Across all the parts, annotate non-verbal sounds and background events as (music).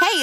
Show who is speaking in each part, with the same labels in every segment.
Speaker 1: Hey,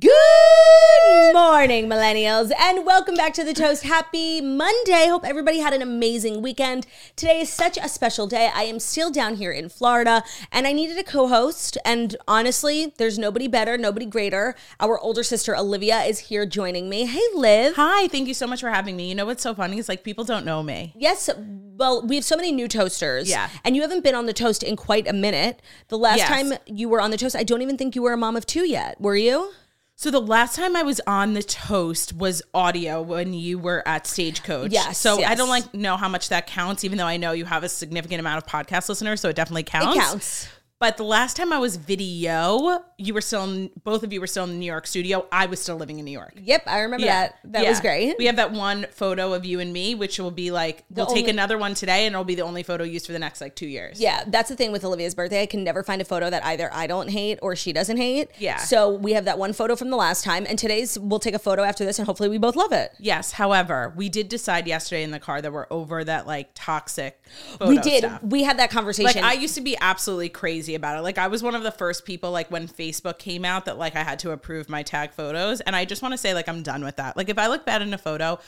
Speaker 2: Good morning, millennials, and welcome back to the Toast. Happy Monday. Hope everybody had an amazing weekend. Today is such a special day. I am still down here in Florida, and I needed a co host. And honestly, there's nobody better, nobody greater. Our older sister, Olivia, is here joining me. Hey, Liv.
Speaker 3: Hi, thank you so much for having me. You know what's so funny is like people don't know me.
Speaker 2: Yes, well, we have so many new toasters.
Speaker 3: Yeah.
Speaker 2: And you haven't been on the toast in quite a minute. The last
Speaker 3: Yes.
Speaker 2: time you were on the toast, I don't even think you were a mom of two yet, were you?
Speaker 3: So the last time I was on the toast was audio when you were at Stagecoach.
Speaker 2: Yes,
Speaker 3: So I
Speaker 2: yes.
Speaker 3: don't like know how much that counts, even though I know you have a significant amount of podcast listeners, so it definitely counts.
Speaker 2: It counts.
Speaker 3: But the last time I was video, you were still in, both of you were still in the New York studio. I was still living in New York.
Speaker 2: Yep, I remember that. That was
Speaker 3: Yeah.
Speaker 2: great.
Speaker 3: We have that one photo of you and me, which will be like we'll take
Speaker 2: only-
Speaker 3: another one today, and it'll be the only photo used for the next like two years.
Speaker 2: Yeah, that's the thing with Olivia's birthday. I can never find a photo that either I don't hate or she doesn't hate.
Speaker 3: Yeah.
Speaker 2: So we have that one photo from the last time, and today's we'll take a photo after this, and hopefully we both love it.
Speaker 3: Yes. However, we did decide yesterday in the car that we're over that like toxic. Photo
Speaker 2: we did.
Speaker 3: Stuff.
Speaker 2: We had that conversation.
Speaker 3: Like I used to be absolutely crazy about it. Like I was one of the first people like when Facebook came out that like I had to approve my tag photos and I just want to say like I'm done with that. Like if I look bad in a photo,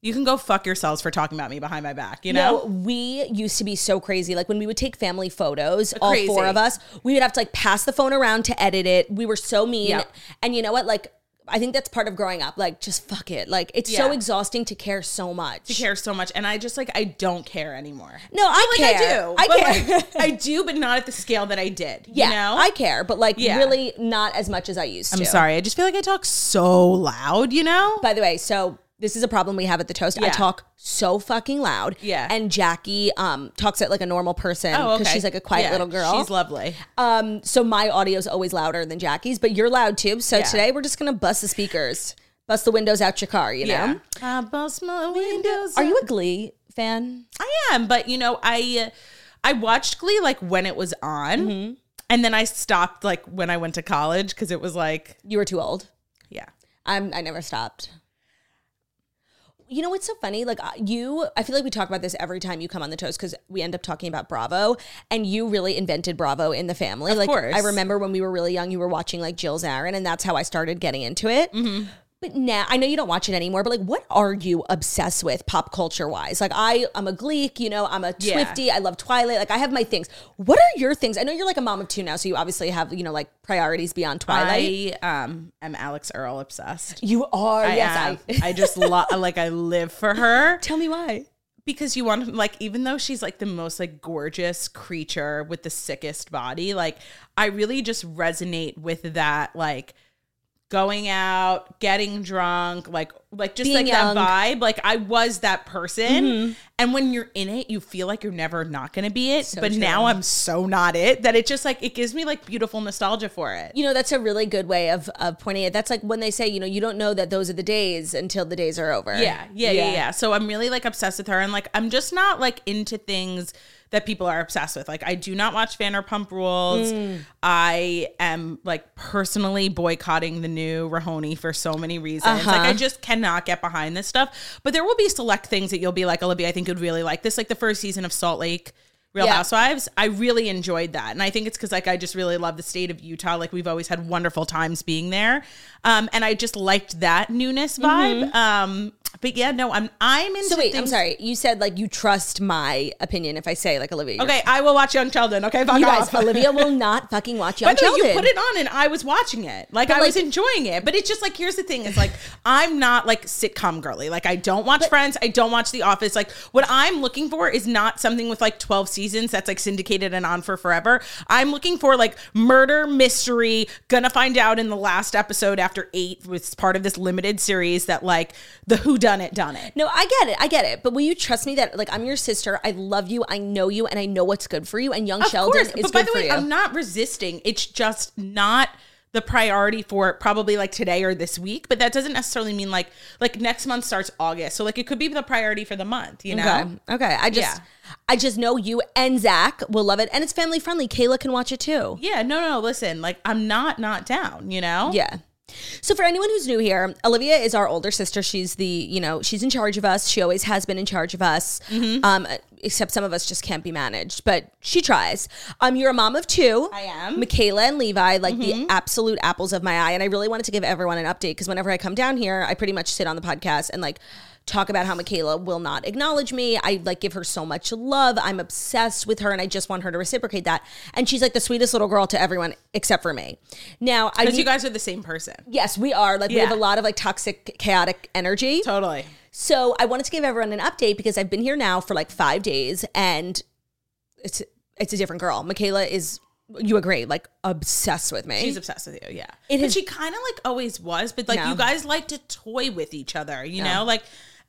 Speaker 3: you can go fuck yourselves for talking about me behind my back, you know?
Speaker 2: No, we used to be so crazy. Like when we would take family photos, all
Speaker 3: Crazy.
Speaker 2: four of us, we would have to like pass the phone around to edit it. We were so mean.
Speaker 3: Yep.
Speaker 2: And you know what? Like I think that's part of growing up. Like just fuck it. Like it's so
Speaker 3: Yeah.
Speaker 2: exhausting to care so much.
Speaker 3: I care so much and I just like I don't care anymore.
Speaker 2: No, I
Speaker 3: Like
Speaker 2: care.
Speaker 3: I do.
Speaker 2: I
Speaker 3: I
Speaker 2: care. (laughs)
Speaker 3: care. I do, but not at the scale that I did.
Speaker 2: yeah,
Speaker 3: you know?
Speaker 2: I care, but like
Speaker 3: Yeah.
Speaker 2: really not as much as I used to.
Speaker 3: I'm sorry. I just feel like I talk so loud, you know?
Speaker 2: By the way, so this is a problem we have at the toast. I
Speaker 3: Yeah.
Speaker 2: talk so fucking loud.
Speaker 3: Yeah.
Speaker 2: And Jackie um talks at like a normal person
Speaker 3: Oh,
Speaker 2: because
Speaker 3: okay.
Speaker 2: she's like a quiet
Speaker 3: Yeah,
Speaker 2: little girl.
Speaker 3: She's lovely.
Speaker 2: um, so my audio's always louder than Jackie's, but you're loud too. So
Speaker 3: Yeah.
Speaker 2: today we're just gonna bust the speakers, bust the windows out your car. You know?
Speaker 3: Yeah. I bust my windows.
Speaker 2: Are you a Glee fan?
Speaker 3: I am, but you know, I I watched Glee like when it was on.
Speaker 2: Mm-hmm.
Speaker 3: And then I stopped like when I went to college because it was like,
Speaker 2: You were too old.
Speaker 3: yeah.
Speaker 2: I'm. I never stopped. You know what's so funny? Like uh, you, I feel like we talk about this every time you come on the toast because we end up talking about Bravo, and you really invented Bravo in the family. like
Speaker 3: course.
Speaker 2: I remember when we were really young, you were watching like Jill's Aaron, and that's how I started getting into it.
Speaker 3: Mm-hmm.
Speaker 2: But now I know you don't watch it anymore. But like, what are you obsessed with pop culture wise? Like I, I'm a Gleek. You know, I'm a
Speaker 3: Yeah.
Speaker 2: Swifty. I love Twilight. Like I have my things. What are your things? I know you're like a mom of two now, so you obviously have you know like priorities beyond Twilight.
Speaker 3: I um am Alex Earl obsessed.
Speaker 2: you are.
Speaker 3: I
Speaker 2: yes,
Speaker 3: am.
Speaker 2: I.
Speaker 3: I
Speaker 2: (laughs)
Speaker 3: just lo- like I live for her
Speaker 2: Tell me why.
Speaker 3: because you want like even though she's like the most like gorgeous creature with the sickest body, like I really just resonate with that like going out, getting drunk, like like just
Speaker 2: Being Mm-hmm.
Speaker 3: like that vibe. Like I was that person. And when you're in it, you feel like you're never not gonna be it. but
Speaker 2: true.
Speaker 3: now I'm so not it that it just like it gives me like beautiful nostalgia for it.
Speaker 2: You know, that's a really good way of, of pointing it. That's like when they say, you know, you don't know that those are the days until the days are over.
Speaker 3: Yeah, yeah, yeah, yeah. So I'm really like obsessed with her, and like I'm just not like into things that people are obsessed with. Like I do not watch Vanderpump Rules. I am like personally boycotting the new Rahoney for so many reasons. Like I just cannot get behind this stuff. But there will be select things that you'll be like, Olivia, I think you'd really like this. Like the first season of Salt Lake. Real
Speaker 2: Yeah.
Speaker 3: Housewives, I really enjoyed that. And I think it's because like I just really love the state of Utah. Like we've always had wonderful times being there. Um, and I just liked that newness vibe. Um, But yeah, no, I'm I'm into
Speaker 2: Mm-hmm. So wait, I'm
Speaker 3: things-
Speaker 2: sorry. You said like you trust my opinion if I say like Olivia. you're-
Speaker 3: Okay, I will watch Young Sheldon. Okay, fuck
Speaker 2: You
Speaker 3: off.
Speaker 2: guys, Olivia
Speaker 3: (laughs)
Speaker 2: will not fucking watch Young
Speaker 3: By the way,
Speaker 2: Sheldon.
Speaker 3: you put it on and I was watching it. Like I was
Speaker 2: like-
Speaker 3: enjoying it. But it's just like here's the thing, it's like I'm not like sitcom girly. Like I don't watch Friends, I don't watch The Office. Like what I'm looking for is not something with like 12 seasons that's like syndicated and on for forever. I'm looking for like murder mystery, gonna find out in the last episode after 8 was part of this limited series that like the who done it done it.
Speaker 2: No, I get it. I get it. But will you trust me that like I'm your sister? I love you. I know you, and I know what's good for you. And Young Sheldon is
Speaker 3: but
Speaker 2: good
Speaker 3: by the
Speaker 2: for
Speaker 3: way,
Speaker 2: you.
Speaker 3: I'm not resisting. It's just not the priority for probably like today or this week. But that doesn't necessarily mean like like next month starts August, so like it could be the priority for the month. You know,
Speaker 2: Okay. Okay. I just
Speaker 3: Yeah.
Speaker 2: I just know you and Zach will love it. And it's family friendly. Kayla can watch it too.
Speaker 3: yeah, no, no. Listen, like I'm not not down. You know,
Speaker 2: Yeah. So for anyone who's new here, Olivia is our older sister. She's the, you know, she's in charge of us. She always has been in charge of us.
Speaker 3: Mm-hmm.
Speaker 2: Um, except some of us just can't be managed, but she tries. Um, you're a mom of two. I
Speaker 3: am. Mm-hmm.
Speaker 2: Michaela and Levi, like the absolute apples of my eye. And I really wanted to give everyone an update because whenever I come down here, I pretty much sit on the podcast and like talk about how Michaela will not acknowledge me. I like give her so much love. I'm obsessed with her and I just want her to reciprocate that. And she's like the sweetest little girl to everyone except for me. Now I
Speaker 3: because
Speaker 2: need-
Speaker 3: you guys are the same person.
Speaker 2: Yes, we are. Like we
Speaker 3: Yeah.
Speaker 2: have a lot of like toxic, chaotic energy.
Speaker 3: Totally.
Speaker 2: So I wanted to give everyone an update because I've been here now for like five days and it's it's a different girl. Michaela is you agree, like obsessed with me.
Speaker 3: She's obsessed with you, yeah.
Speaker 2: It
Speaker 3: but
Speaker 2: is-
Speaker 3: she kind of like always was, but like
Speaker 2: No.
Speaker 3: you guys like to toy with each other, you know? Like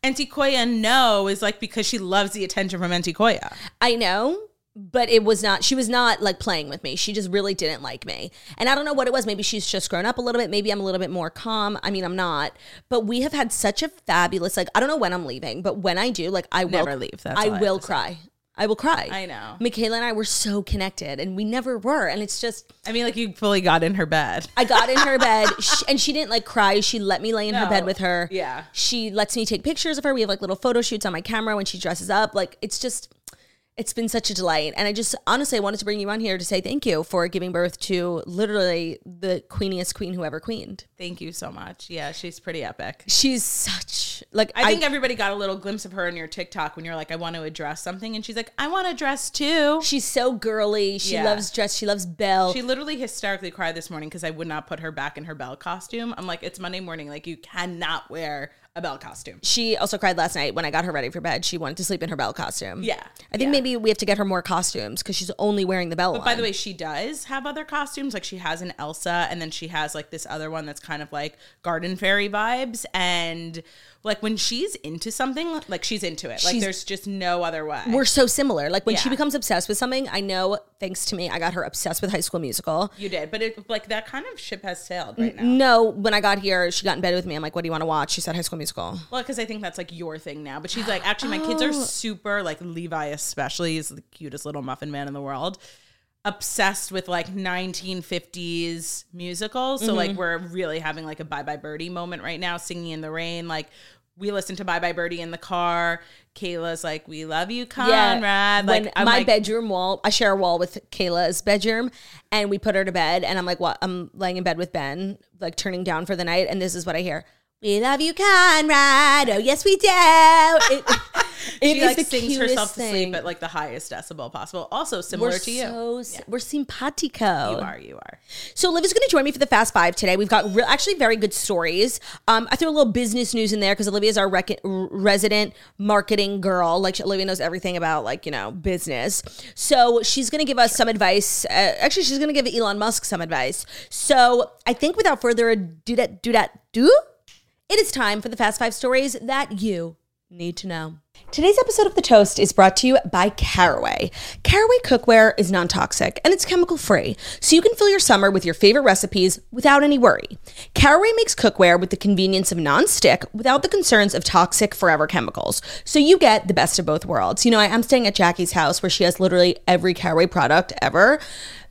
Speaker 3: Antikoya no is like because she loves the attention from Antikoya.
Speaker 2: I know, but it was not, she was not like playing with me. She just really didn't like me. And I don't know what it was. Maybe she's just grown up a little bit. Maybe I'm a little bit more calm. I mean, I'm not, but we have had such a fabulous, like, I don't know when I'm leaving, but when I do, like, I will
Speaker 3: Never leave. That's
Speaker 2: I
Speaker 3: all I have
Speaker 2: will
Speaker 3: to say.
Speaker 2: cry. I will cry.
Speaker 3: I know.
Speaker 2: Michaela and I were so connected and we never were. And it's just,
Speaker 3: I mean, like you fully got in her bed.
Speaker 2: I got in her
Speaker 3: (laughs)
Speaker 2: bed she, and she didn't like cry. She let me lay in her
Speaker 3: No.
Speaker 2: bed with her.
Speaker 3: Yeah.
Speaker 2: She lets me take pictures of her. We have like little photo shoots on my camera when she dresses up. Like it's just, it's been such a delight. And I just honestly I wanted to bring you on here to say thank you for giving birth to literally the queeniest queen who ever queened.
Speaker 3: Thank you so much. Yeah, she's pretty epic.
Speaker 2: She's such like
Speaker 3: I think everybody got a little glimpse of her in your TikTok when you're like, I want to address something. And she's like, I want to address too.
Speaker 2: she's so girly. She
Speaker 3: Yeah.
Speaker 2: loves dress. She loves Belle.
Speaker 3: She literally hysterically cried this morning because I would not put her back in her bell costume. I'm like, it's Monday morning. Like, you cannot wear a bell costume.
Speaker 2: she also cried last night when I got her ready for bed. She wanted to sleep in her Belle costume.
Speaker 3: Yeah.
Speaker 2: I think maybe we have to get her more costumes because she's only wearing the Belle one.
Speaker 3: By the way, she does have other costumes. Like she has an Elsa, and then she has like this other one that's kind of like garden fairy vibes. And like when she's into something, like she's into it. Like
Speaker 2: She's-
Speaker 3: there's just no other way.
Speaker 2: we're so similar. Like when she
Speaker 3: Yeah.
Speaker 2: becomes obsessed with something, I know thanks to me, I got her obsessed with High School Musical.
Speaker 3: you did, but it like that kind of ship has sailed right now.
Speaker 2: No, when I got here, she got in bed with me. I'm like, "What do you want to watch?" She said, "High School Musical."
Speaker 3: Well, because I think that's like your thing now. But she's like, actually, my
Speaker 2: (gasps)
Speaker 3: kids are
Speaker 2: Oh.
Speaker 3: super like Levi, especially is the cutest little muffin man in the world. Obsessed with like 1950s musicals. So like
Speaker 2: Mm-hmm.
Speaker 3: we're really having like a Bye Bye Birdie moment right now, singing in the rain. Like we listen to Bye Bye Birdie in the car. Kayla's like, "We love you, Conrad." Like
Speaker 2: when
Speaker 3: I'm
Speaker 2: my
Speaker 3: like,
Speaker 2: bedroom wall, I share a wall with Kayla's bedroom, and we put her to bed. And I'm like, "What?" I'm laying in bed with Ben, like turning down for the night, and this is what I hear: "We love you, Conrad. Oh, yes, we do." It, it
Speaker 3: (laughs) She
Speaker 2: is
Speaker 3: like
Speaker 2: the
Speaker 3: sings
Speaker 2: cutest
Speaker 3: herself to
Speaker 2: thing.
Speaker 3: sleep at like the highest decibel possible. Also similar
Speaker 2: we're
Speaker 3: to you.
Speaker 2: so s- we're simpatico.
Speaker 3: you are. You are.
Speaker 2: So Liv is going to join me for the Fast Five today. We've got real, actually very good stories. Um, I threw a little business news in there because Olivia is our rec- resident marketing girl. Like she, Olivia knows everything about like you know business. So she's going to give us some advice. Uh, actually, she's going to give Elon Musk some advice. So I think without further ado, that do that do. It is time for the Fast Five stories that you need to know. Today's episode of The Toast is brought to you by Caraway. Caraway cookware is non toxic and it's chemical free, so you can fill your summer with your favorite recipes without any worry. Caraway makes cookware with the convenience of non stick without the concerns of toxic forever chemicals, so you get the best of both worlds. You know, I am staying at Jackie's house where she has literally every Caraway product ever.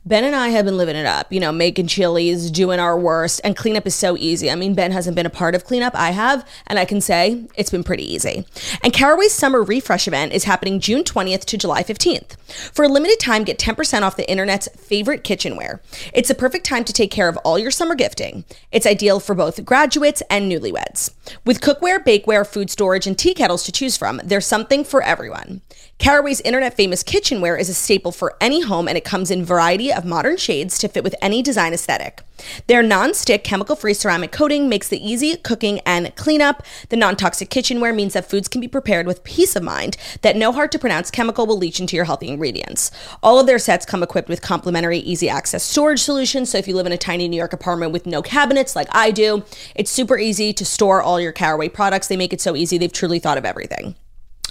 Speaker 2: Ben and I have been living it up, you know, making chilies, doing our worst, and cleanup is so easy. I mean, Ben hasn't been a part of cleanup, I have, and I can say it's been pretty easy. And Caraway's summer refresh event is happening June 20th to July 15th. For a limited time, get 10% off the internet's favorite kitchenware. It's the perfect time to take care of all your summer gifting. It's ideal for both graduates and newlyweds. With cookware, bakeware, food storage, and tea kettles to choose from, there's something for everyone. Caraway's internet famous kitchenware is a staple for any home and it comes in variety of modern shades to fit with any design aesthetic. Their non-stick chemical-free ceramic coating makes the easy cooking and cleanup. The non-toxic kitchenware means that foods can be prepared with peace of mind that no hard to pronounce chemical will leach into your healthy ingredients. All of their sets come equipped with complimentary easy access storage solutions, so if you live in a tiny New York apartment with no cabinets like I do, it's super easy to store all your Caraway products. They make it so easy. They've truly thought of everything.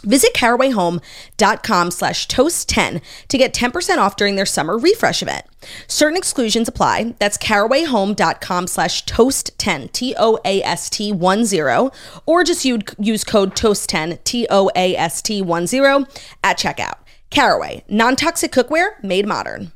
Speaker 2: Visit carawayhome.com slash toast10 to get 10% off during their summer refresh event. Certain exclusions apply. That's carawayhome.com slash toast10, T O A S T 1 0, or just u- use code toast10, T O A S T 1 0 at checkout. Caraway, non toxic cookware made modern.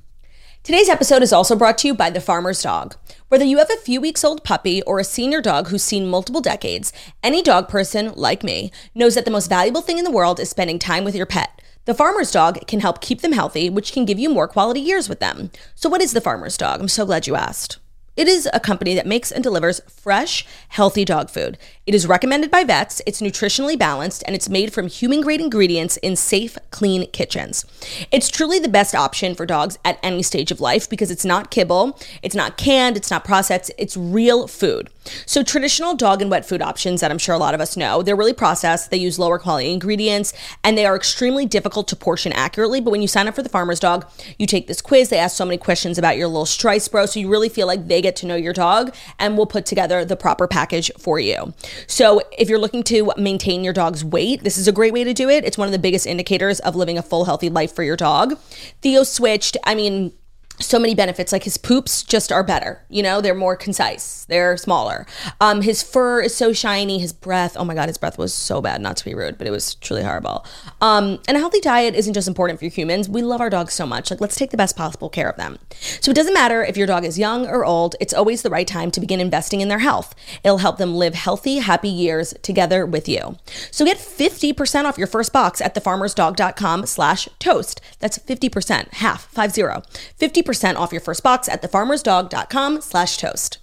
Speaker 2: Today's episode is also brought to you by The Farmer's Dog. Whether you have a few weeks old puppy or a senior dog who's seen multiple decades, any dog person, like me, knows that the most valuable thing in the world is spending time with your pet. The Farmer's Dog can help keep them healthy, which can give you more quality years with them. So, what is The Farmer's Dog? I'm so glad you asked. It is a company that makes and delivers fresh, healthy dog food. It is recommended by vets, it's nutritionally balanced, and it's made from human grade ingredients in safe, clean kitchens. It's truly the best option for dogs at any stage of life because it's not kibble, it's not canned, it's not processed, it's real food. So, traditional dog and wet food options that I'm sure a lot of us know, they're really processed, they use lower quality ingredients, and they are extremely difficult to portion accurately. But when you sign up for the farmer's dog, you take this quiz, they ask so many questions about your little strice bro, so you really feel like they get to know your dog and we'll put together the proper package for you. So, if you're looking to maintain your dog's weight, this is a great way to do it. It's one of the biggest indicators of living a full, healthy life for your dog. Theo switched, I mean, so many benefits like his poops just are better you know they're more concise they're smaller um his fur is so shiny his breath oh my god his breath was so bad not to be rude but it was truly horrible um and a healthy diet isn't just important for humans we love our dogs so much like let's take the best possible care of them so it doesn't matter if your dog is young or old it's always the right time to begin investing in their health it'll help them live healthy happy years together with you so get 50% off your first box at thefarmersdog.com slash toast that's 50% half five zero 50 percent off your first box at thefarmersdog.com slash toast.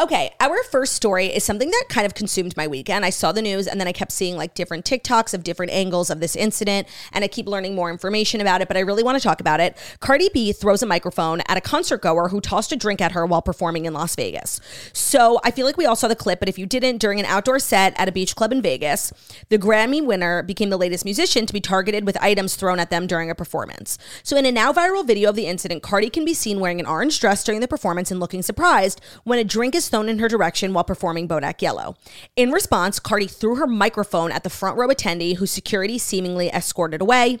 Speaker 2: Okay, our first story is something that kind of consumed my weekend. I saw the news and then I kept seeing like different TikToks of different angles of this incident and I keep learning more information about it, but I really want to talk about it. Cardi B throws a microphone at a concert goer who tossed a drink at her while performing in Las Vegas. So I feel like we all saw the clip, but if you didn't, during an outdoor set at a beach club in Vegas, the Grammy winner became the latest musician to be targeted with items thrown at them during a performance. So in a now viral video of the incident, Cardi can be seen wearing an orange dress during the performance and looking surprised when a drink is thrown in her direction while performing Bodak Yellow. In response, Cardi threw her microphone at the front row attendee, whose security seemingly escorted away.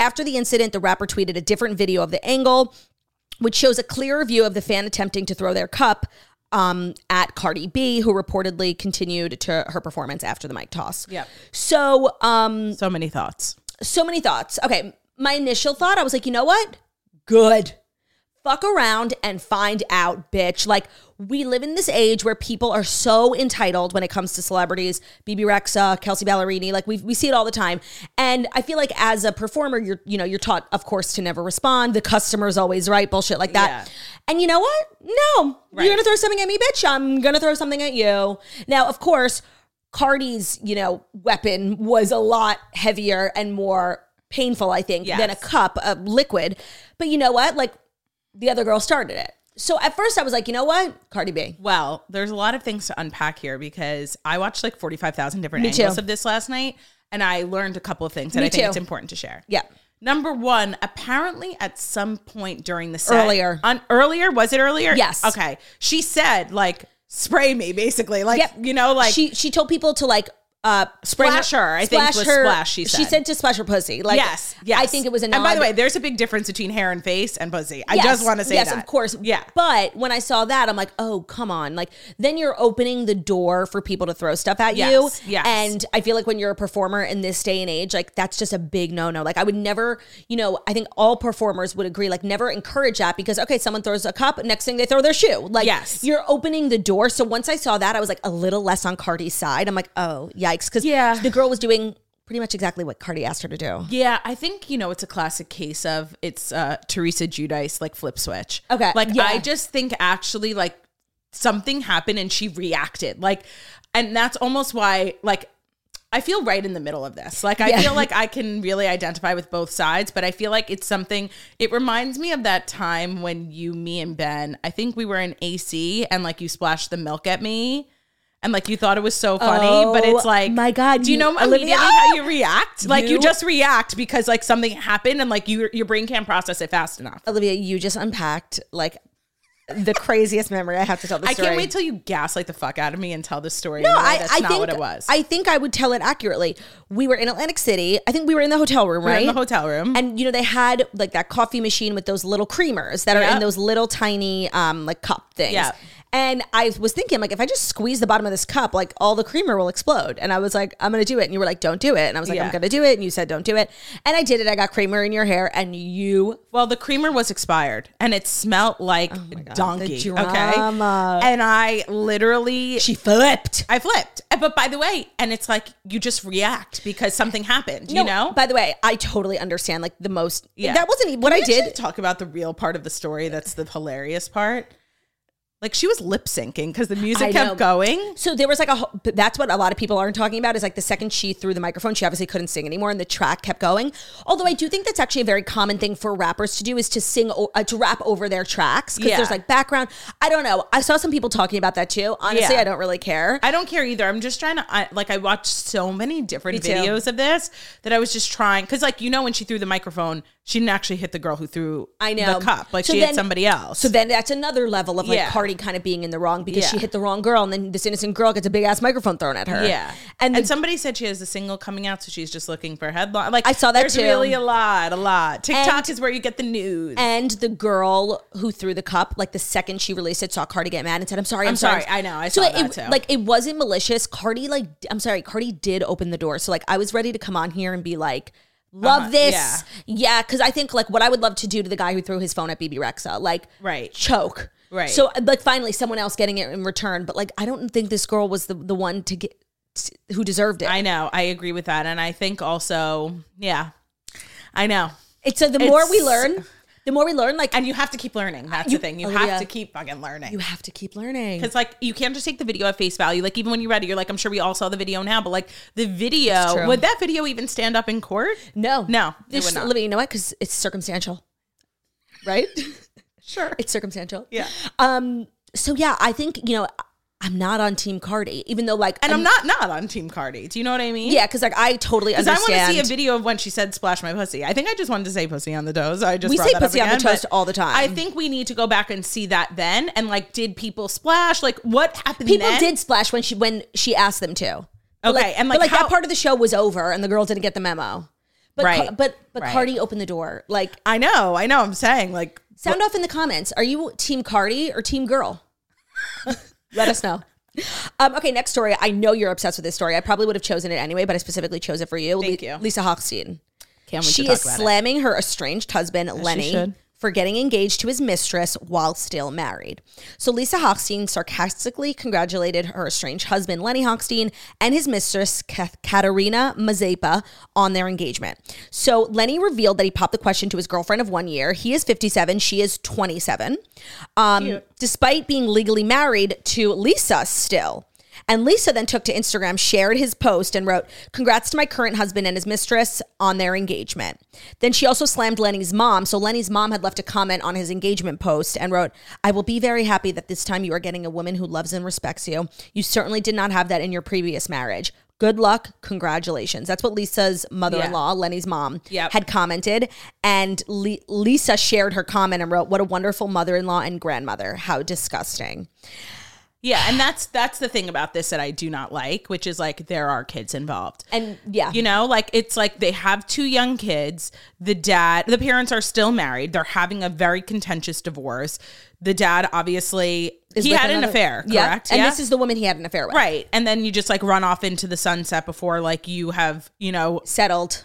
Speaker 2: After the incident, the rapper tweeted a different video of the angle, which shows a clearer view of the fan attempting to throw their cup um, at Cardi B, who reportedly continued to her performance after the mic toss.
Speaker 3: Yep.
Speaker 2: So, um,
Speaker 3: So many thoughts.
Speaker 2: so many thoughts. Okay, my initial thought, I was like, you know what? Good fuck around and find out, bitch. Like, we live in this age where people are so entitled when it comes to celebrities, BB Rexa, Kelsey Ballerini, like we we see it all the time. And I feel like as a performer, you're you know, you're taught of course to never respond. The customer's always right, bullshit like that.
Speaker 3: Yeah.
Speaker 2: And you know what? No.
Speaker 3: Right.
Speaker 2: You're going to throw something at me, bitch. I'm going to throw something at you. Now, of course, Cardi's, you know, weapon was a lot heavier and more painful, I think, than a
Speaker 3: Yes.
Speaker 2: cup of liquid. But you know what? Like the other girl started it. So at first I was like, you know what? Cardi B.
Speaker 3: Well, there's a lot of things to unpack here because I watched like 45,000 different
Speaker 2: Me too.
Speaker 3: angles of this last night and I learned a couple of things that
Speaker 2: Me
Speaker 3: I think
Speaker 2: too.
Speaker 3: it's important to share.
Speaker 2: Yeah.
Speaker 3: Number one, apparently at some point during the set,
Speaker 2: Earlier.
Speaker 3: on earlier was it earlier?
Speaker 2: Yes.
Speaker 3: Okay, she said like spray me basically, like
Speaker 2: Yep.
Speaker 3: you know, like
Speaker 2: she she told people to like uh,
Speaker 3: Splash her, I think, was splash, she
Speaker 2: She
Speaker 3: said.
Speaker 2: said to splash her pussy. Like,
Speaker 3: yes, yes.
Speaker 2: I think it was a nod.
Speaker 3: And by the way, there's a big difference between hair and face and pussy. I just want to say
Speaker 2: yes,
Speaker 3: that.
Speaker 2: of course.
Speaker 3: Yeah.
Speaker 2: But when I saw that, I'm like, oh, come on. Like, then you're opening the door for people to throw stuff at
Speaker 3: Yes,
Speaker 2: you.
Speaker 3: yes.
Speaker 2: And I feel like when you're a performer in this day and age, like, that's just a big no no. Like, I would never, you know, I think all performers would agree, like, never encourage that because, okay, someone throws a cup, next thing they throw their shoe. Like,
Speaker 3: Yes.
Speaker 2: you're opening the door. So once I saw that, I was like a little less on Cardi's side. I'm like, oh, yikes. Because
Speaker 3: Yeah.
Speaker 2: the girl was doing pretty much exactly what Cardi asked her to do.
Speaker 3: Yeah, I think you know it's a classic case of it's uh Teresa Judice like flip switch.
Speaker 2: Okay,
Speaker 3: Like
Speaker 2: yeah.
Speaker 3: I just think actually like something happened and she reacted. Like and that's almost why like I feel right in the middle of this. Like I
Speaker 2: Yeah.
Speaker 3: feel
Speaker 2: (laughs)
Speaker 3: like I can really identify with both sides, but I feel like it's something it reminds me of that time when you, me and Ben, I think we were in AC and like you splashed the milk at me. And like you thought it was so funny, but
Speaker 2: Oh,
Speaker 3: it's like,
Speaker 2: my God,
Speaker 3: do you
Speaker 2: you-
Speaker 3: know
Speaker 2: Olivia-
Speaker 3: immediately how you
Speaker 2: (laughs)
Speaker 3: react? Like you
Speaker 2: You-
Speaker 3: just react because like something happened and like your your brain can't process it fast enough.
Speaker 2: Olivia, you just unpacked like the craziest memory. I have to tell the
Speaker 3: I
Speaker 2: story.
Speaker 3: can't wait till you gaslight the fuck out of me and tell the story.
Speaker 2: No,
Speaker 3: in a way
Speaker 2: I,
Speaker 3: that's
Speaker 2: I
Speaker 3: not
Speaker 2: think
Speaker 3: what it was.
Speaker 2: I think I would tell it accurately. We were in Atlantic City. I think we were in the hotel room,
Speaker 3: We were
Speaker 2: right?
Speaker 3: in the hotel room.
Speaker 2: And you know they had like that coffee machine with those little creamers that are in
Speaker 3: Yep.
Speaker 2: those little tiny um like cup things.
Speaker 3: Yep.
Speaker 2: And I was thinking like if I just squeeze the bottom of this cup, like all the creamer will explode. And I was like, I'm gonna do it. And you were like, Don't do it. And I was like,
Speaker 3: Yeah.
Speaker 2: I'm gonna do it. And you said, Don't do it. And I did it. I got creamer in your hair, and you
Speaker 3: well, the creamer was expired and it smelled like donkey.
Speaker 2: the drama.
Speaker 3: Okay, and I literally
Speaker 2: she flipped.
Speaker 3: I flipped. But by the way, and it's like you just react because something happened. you
Speaker 2: No,
Speaker 3: know.
Speaker 2: By the way, I totally understand. Like the most,
Speaker 3: Yeah.
Speaker 2: that wasn't even what I
Speaker 3: We actually
Speaker 2: did.
Speaker 3: Talk about the real part of the story. That's the hilarious part. Like she was lip syncing because the music
Speaker 2: I
Speaker 3: kept
Speaker 2: know.
Speaker 3: going.
Speaker 2: So there was like a. whole- but That's what a lot of people aren't talking about. Is like the second she threw the microphone, she obviously couldn't sing anymore, and the track kept going. Although I do think that's actually a very common thing for rappers to do is to sing o- uh, to rap over their tracks because
Speaker 3: Yeah.
Speaker 2: there's like background. I don't know. I saw some people talking about that too. Honestly,
Speaker 3: Yeah.
Speaker 2: I don't really care.
Speaker 3: I don't care either. I'm just trying to I, like I watched so many different
Speaker 2: Me too.
Speaker 3: videos of this that I was just trying because like you know when she threw the microphone, she didn't actually hit the girl who threw
Speaker 2: I know.
Speaker 3: the cup. Like
Speaker 2: So
Speaker 3: she
Speaker 2: then-
Speaker 3: hit somebody else.
Speaker 2: So then that's another level of like
Speaker 3: Yeah.
Speaker 2: Cardi kind of being in the wrong because she
Speaker 3: Yeah.
Speaker 2: hit the wrong girl, and then this innocent girl gets a big ass microphone thrown at her.
Speaker 3: yeah,
Speaker 2: and,
Speaker 3: and,
Speaker 2: the-
Speaker 3: somebody said she has a single coming out, so she's just looking for headline. Like
Speaker 2: I saw that
Speaker 3: there's
Speaker 2: too.
Speaker 3: Really, a lot, a lot. TikTok
Speaker 2: And-
Speaker 3: is where you get the news.
Speaker 2: And the girl who threw the cup, like the second she released it, saw Cardi get mad and said, "I'm sorry, I'm,
Speaker 3: I'm sorry. I know, I saw
Speaker 2: it,
Speaker 3: that
Speaker 2: it-
Speaker 3: too.
Speaker 2: Like it wasn't malicious. Cardi, like I'm sorry, Cardi did open the door. So like I was ready to come on here and be like, "Love
Speaker 3: Uh-huh,
Speaker 2: this, yeah," because I think like what I would love to do to the guy who threw his phone at BB Rexa, like
Speaker 3: Right.
Speaker 2: choke.
Speaker 3: Right.
Speaker 2: So like finally someone else getting it in return, but like I don't think this girl was the the one to get who deserved it.
Speaker 3: I know. I agree with that, and I think also, yeah, I know.
Speaker 2: it's so the more we
Speaker 3: It's-
Speaker 2: learn, the more we learn. Like
Speaker 3: And you have to keep learning. That's
Speaker 2: You- Oh,
Speaker 3: the thing. You
Speaker 2: Olivia,
Speaker 3: have to keep fucking learning.
Speaker 2: you have to keep learning.
Speaker 3: Because like you can't just take the video at face value. Like even when you read it, you're like, I'm sure we all saw the video now, but like the video
Speaker 2: true.
Speaker 3: would that video even stand up in court?
Speaker 2: No,
Speaker 3: No, it
Speaker 2: There's
Speaker 3: would not.
Speaker 2: Olivia, you know what? Because it's circumstantial, right? (laughs)
Speaker 3: Sure.
Speaker 2: it's circumstantial.
Speaker 3: Yeah.
Speaker 2: Um. So yeah, I think you know I'm not on Team Cardi, even though like,
Speaker 3: And I'm not not on Team Cardi. Do you know what I mean?
Speaker 2: Yeah, because like I totally
Speaker 3: Because I
Speaker 2: understand.
Speaker 3: want to see a video of when she said "splash my pussy." I think I just wanted to say "pussy on the toes." I just
Speaker 2: We
Speaker 3: brought
Speaker 2: say
Speaker 3: that up
Speaker 2: pussy on the
Speaker 3: again,
Speaker 2: toast
Speaker 3: but
Speaker 2: all the time.
Speaker 3: I think we need to go back and see that then, and like, did people splash? Like, what happened?
Speaker 2: People
Speaker 3: then?
Speaker 2: did splash when she when she asked them to. But,
Speaker 3: Okay, and, like,
Speaker 2: but, like
Speaker 3: how-
Speaker 2: that part of the show was over, and the girl didn't get the memo. But
Speaker 3: Right,
Speaker 2: Ca- but but
Speaker 3: right.
Speaker 2: Cardi opened the door. Like
Speaker 3: I know, I know. I'm saying like
Speaker 2: Sound off in the comments. Are you team Cardi or team girl? (laughs) Let us know. Um, okay, next story. I know you're obsessed with this story. I probably would have chosen it anyway, but I specifically chose it for you.
Speaker 3: Thank you.
Speaker 2: Lisa Hochstein.
Speaker 3: can't
Speaker 2: She is slamming her estranged husband, Lenny,
Speaker 3: should.
Speaker 2: for getting engaged to his mistress while still married. So Lisa Hochstein sarcastically congratulated her estranged husband, Lenny Hochstein, and his mistress, Kath- Katerina Mazepa, on their engagement. So Lenny revealed that he popped the question to his girlfriend of one year. He is 57, she is 27, um, despite being legally married to Lisa still. And Lisa then took to Instagram, shared his post, and wrote, Congrats to my current husband and his mistress on their engagement. Then she also slammed Lenny's mom. So Lenny's mom had left a comment on his engagement post and wrote, I will be very happy that this time you are getting a woman who loves and respects you. You certainly did not have that in your previous marriage. Good luck. Congratulations. That's what Lisa's mother in law, Lenny's mom,
Speaker 3: Yep.
Speaker 2: had commented. And Le- Lisa shared her comment and wrote, What a wonderful mother in law and grandmother. How disgusting.
Speaker 3: Yeah, and that's that's the thing about this that I do not like, which is like there are kids involved.
Speaker 2: And yeah,
Speaker 3: You know, like it's like they have two young kids. The dad, the parents are still married. They're having a very contentious divorce. The dad obviously
Speaker 2: is
Speaker 3: he
Speaker 2: with
Speaker 3: had an
Speaker 2: another-
Speaker 3: affair,
Speaker 2: Yeah.
Speaker 3: correct?
Speaker 2: And this is the woman he had an affair with.
Speaker 3: right. And then you just like run off into the sunset before like you have, you know,
Speaker 2: Settled.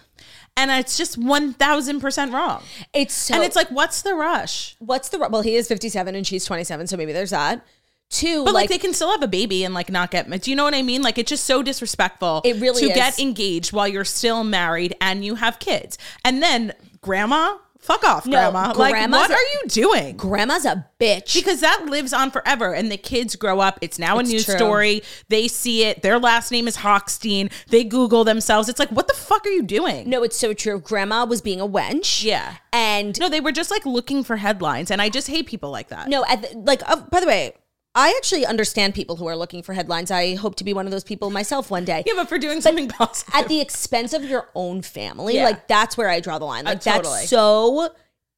Speaker 3: and it's just 1000% wrong.
Speaker 2: It's so.
Speaker 3: and it's like what's the rush?
Speaker 2: what's the ru- well? He is fifty-seven and she's twenty-seven, so maybe there's that. Two,
Speaker 3: But like,
Speaker 2: like,
Speaker 3: they can still have a baby and like not get. Do you know what I mean? Like it's just so disrespectful.
Speaker 2: It really
Speaker 3: to
Speaker 2: is.
Speaker 3: get engaged while you're still married and you have kids, and then grandma, fuck off,
Speaker 2: No,
Speaker 3: grandma. Like
Speaker 2: grandma's
Speaker 3: what
Speaker 2: a-
Speaker 3: are you doing?
Speaker 2: grandma's a bitch.
Speaker 3: Because that lives on forever, and the kids grow up. It's now a
Speaker 2: It's
Speaker 3: news
Speaker 2: true.
Speaker 3: story. They see it. Their last name is Hochstein. They Google themselves. It's like, what the fuck are you doing?
Speaker 2: no, it's so true. Grandma was being a wench.
Speaker 3: Yeah.
Speaker 2: and
Speaker 3: no, they were just like looking for headlines, and I just hate people like that.
Speaker 2: No, at the, like, uh, by the way, I actually understand people who are looking for headlines. I hope to be one of those people myself one day.
Speaker 3: yeah, but for doing something (laughs) positive.
Speaker 2: At the expense of your own family,
Speaker 3: Yeah. Uh,
Speaker 2: like that's where I draw the line. Like
Speaker 3: totally.
Speaker 2: that's so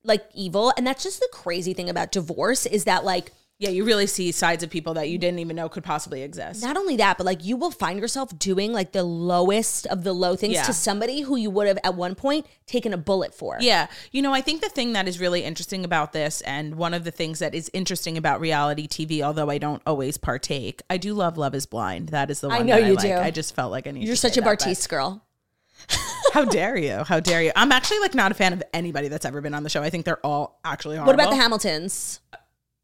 Speaker 2: like evil, and that's just the crazy thing about divorce is that like
Speaker 3: yeah, you really see sides of people that you didn't even know could possibly exist.
Speaker 2: not only that, but like you will find yourself doing like the lowest of the low things
Speaker 3: Yeah.
Speaker 2: to somebody who you would have at one point taken a bullet for.
Speaker 3: Yeah. You know, I think the thing that is really interesting about this, and one of the things that is interesting about reality TV, although I don't always partake, I do love Love is Blind. That is the
Speaker 2: I
Speaker 3: one
Speaker 2: know
Speaker 3: that
Speaker 2: you
Speaker 3: I
Speaker 2: do.
Speaker 3: like. I just felt like I need
Speaker 2: You're
Speaker 3: to
Speaker 2: such
Speaker 3: say
Speaker 2: a
Speaker 3: that, but-
Speaker 2: Bartise girl.
Speaker 3: (laughs) How dare you? How dare you? I'm actually like not a fan of anybody that's ever been on the show. I think they're all actually horrible.
Speaker 2: What about the Hamiltons?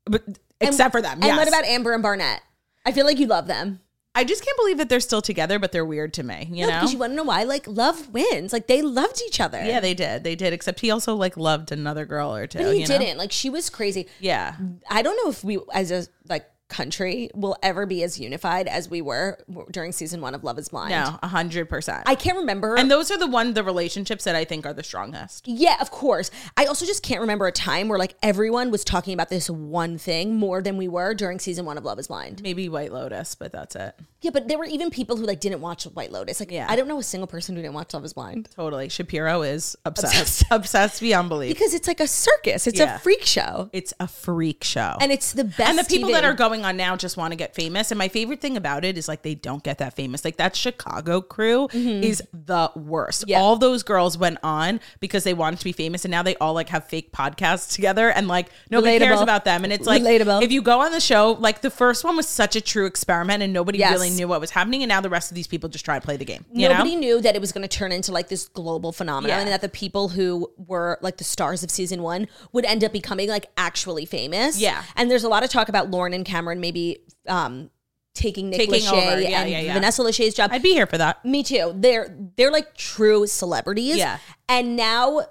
Speaker 3: But,
Speaker 2: And-
Speaker 3: except for them.
Speaker 2: And what
Speaker 3: yes.
Speaker 2: about Amber and Barnett? I feel like you love them.
Speaker 3: I just can't believe that they're still together, but they're weird to me. You
Speaker 2: No,
Speaker 3: know?
Speaker 2: because you want to know why? Like, love wins. Like, they loved each other.
Speaker 3: yeah, they did. They did. Except he also like loved another girl or two.
Speaker 2: but he
Speaker 3: you know?
Speaker 2: didn't. Like, she was crazy.
Speaker 3: Yeah.
Speaker 2: I don't know if we, as a like country, will ever be as unified as we were w- during season one of Love Is Blind.
Speaker 3: No, a hundred percent.
Speaker 2: I can't remember.
Speaker 3: And those are the one the relationships that I think are the strongest.
Speaker 2: yeah, of course. I also just can't remember a time where like everyone was talking about this one thing more than we were during season one of Love Is Blind.
Speaker 3: Maybe White Lotus, but that's it.
Speaker 2: Yeah, but there were even people who like didn't watch White Lotus. Like,
Speaker 3: Yeah.
Speaker 2: I don't know a single person who didn't watch Love Is Blind
Speaker 3: Totally. Shapiro is obsessed. (laughs) obsessed beyond belief.
Speaker 2: because it's like a circus. It's
Speaker 3: Yeah.
Speaker 2: a freak show,
Speaker 3: it's a freak show.
Speaker 2: and it's the best.
Speaker 3: and the people that
Speaker 2: TV.
Speaker 3: are going on now just want to get famous. And my favorite thing about it is like they don't get that famous. Like that Chicago crew is the worst.
Speaker 2: Mm-hmm. Yeah.
Speaker 3: All those girls went on because they wanted to be famous, and now they all like have fake podcasts together, and like nobody cares
Speaker 2: Relatable.
Speaker 3: about them. And it's like
Speaker 2: Relatable.
Speaker 3: if you go on the show, like the first one was such a true experiment, and nobody
Speaker 2: Yes.
Speaker 3: really knew what was happening. And now the rest of these people just try to play the game. You
Speaker 2: nobody
Speaker 3: know?
Speaker 2: knew that it was going to turn into like this global phenomenon
Speaker 3: Yeah.
Speaker 2: and that the people who were like the stars of season one would end up becoming like actually famous.
Speaker 3: Yeah.
Speaker 2: And there's a lot of talk about Lauren and Cameron maybe um, taking Nick
Speaker 3: Taking
Speaker 2: Lachey
Speaker 3: over. Yeah,
Speaker 2: and
Speaker 3: yeah, yeah.
Speaker 2: Vanessa Lachey's job.
Speaker 3: I'd be here for that.
Speaker 2: Me too. They're they're like true celebrities.
Speaker 3: Yeah.
Speaker 2: And now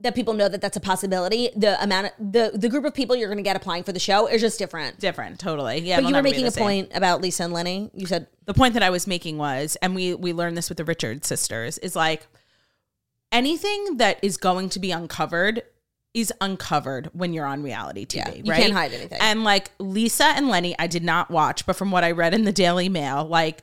Speaker 2: that people know that that's a possibility, the amount of, the the group of people you're going to get applying for the show is just different.
Speaker 3: Different, totally. Yeah,
Speaker 2: but
Speaker 3: it'll
Speaker 2: you were
Speaker 3: never be
Speaker 2: making
Speaker 3: the
Speaker 2: a
Speaker 3: same.
Speaker 2: point about Lisa and Lenny. You said
Speaker 3: the point that I was making was, and we we learned this with the Richard sisters, is like anything that is going to be uncovered is uncovered when you're on reality TV.
Speaker 2: Yeah, you
Speaker 3: right?
Speaker 2: can't hide anything.
Speaker 3: And like Lisa and Lenny, I did not watch, but from what I read in the Daily Mail, like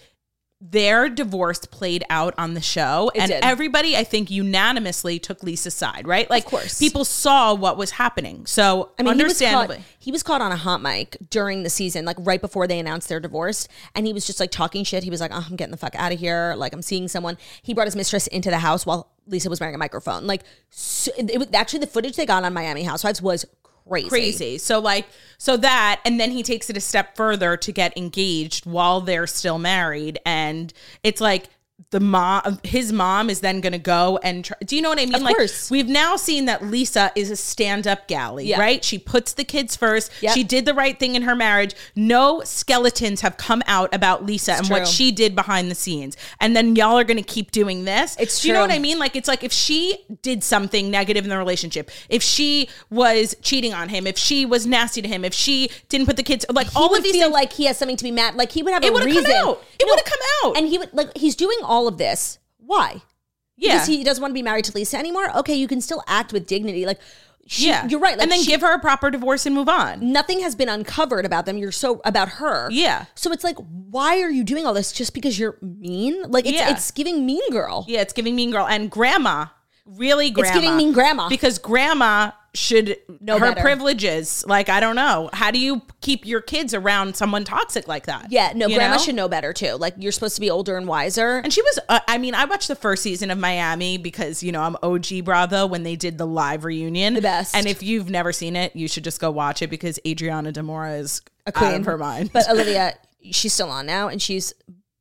Speaker 3: their divorce played out on the show and
Speaker 2: did.
Speaker 3: everybody i think unanimously took lisa's side right like
Speaker 2: course.
Speaker 3: people saw what was happening so
Speaker 2: I mean, he was,
Speaker 3: understandably
Speaker 2: caught, he was caught on a hot mic during the season, like right before they announced their divorce. And he was just like talking shit. He was like, oh, I'm getting the fuck out of here. Like, I'm seeing someone. He brought his mistress into the house while Lisa was wearing a microphone. Like, so, it was, actually, the footage they got on Miami Housewives was crazy.
Speaker 3: crazy. So like so that and then he takes it a step further to get engaged while they're still married and it's like the mom his mom is then going to go and try, do you know what I mean
Speaker 2: Of
Speaker 3: like
Speaker 2: course.
Speaker 3: we've now seen that Lisa is a stand-up galley,
Speaker 2: Yeah.
Speaker 3: right? She puts the kids first.
Speaker 2: Yep.
Speaker 3: She did the right thing in her marriage. No skeletons have come out about Lisa and what
Speaker 2: true.
Speaker 3: she did behind the scenes. And then y'all are going to keep doing this.
Speaker 2: It's
Speaker 3: Do you know
Speaker 2: true.
Speaker 3: what I mean? mean? Like it's like if she did something negative in the relationship, if she was cheating on him, if she was nasty to him, if she didn't put the kids like
Speaker 2: He
Speaker 3: all
Speaker 2: would
Speaker 3: of these
Speaker 2: feel
Speaker 3: things.
Speaker 2: like he has something to be mad. Like, he would have
Speaker 3: It
Speaker 2: a
Speaker 3: would've come
Speaker 2: reason.
Speaker 3: out. It would've come out.
Speaker 2: And he would, like, he's doing all of this. Why?
Speaker 3: yeah.
Speaker 2: Because he doesn't want to be married to Lisa anymore? Okay, you can still act with dignity. Like, she,
Speaker 3: yeah.
Speaker 2: you're right. Like,
Speaker 3: and then
Speaker 2: she-
Speaker 3: give her a proper divorce and move on.
Speaker 2: nothing has been uncovered about them. You're so about her.
Speaker 3: Yeah.
Speaker 2: So it's like, why are you doing all this just because you're mean? Like it's
Speaker 3: Yeah.
Speaker 2: it's giving mean girl.
Speaker 3: Yeah, it's giving mean girl and grandma really grandma.
Speaker 2: giving me grandma.
Speaker 3: Because grandma should know her
Speaker 2: better.
Speaker 3: privileges. Like, I don't know. How do you keep your kids around someone toxic like that?
Speaker 2: Yeah, no,
Speaker 3: You
Speaker 2: grandma
Speaker 3: know?
Speaker 2: should know better too. Like you're supposed to be older and wiser.
Speaker 3: And she was, uh, I mean, I watched the first season of Miami because, you know, I'm OG Bravo when they did the live reunion. The
Speaker 2: best.
Speaker 3: And if you've never seen it, you should just go watch it because Adriana Demora is a out
Speaker 2: queen.
Speaker 3: of her mind. (laughs)
Speaker 2: But Olivia, she's still on now, and she's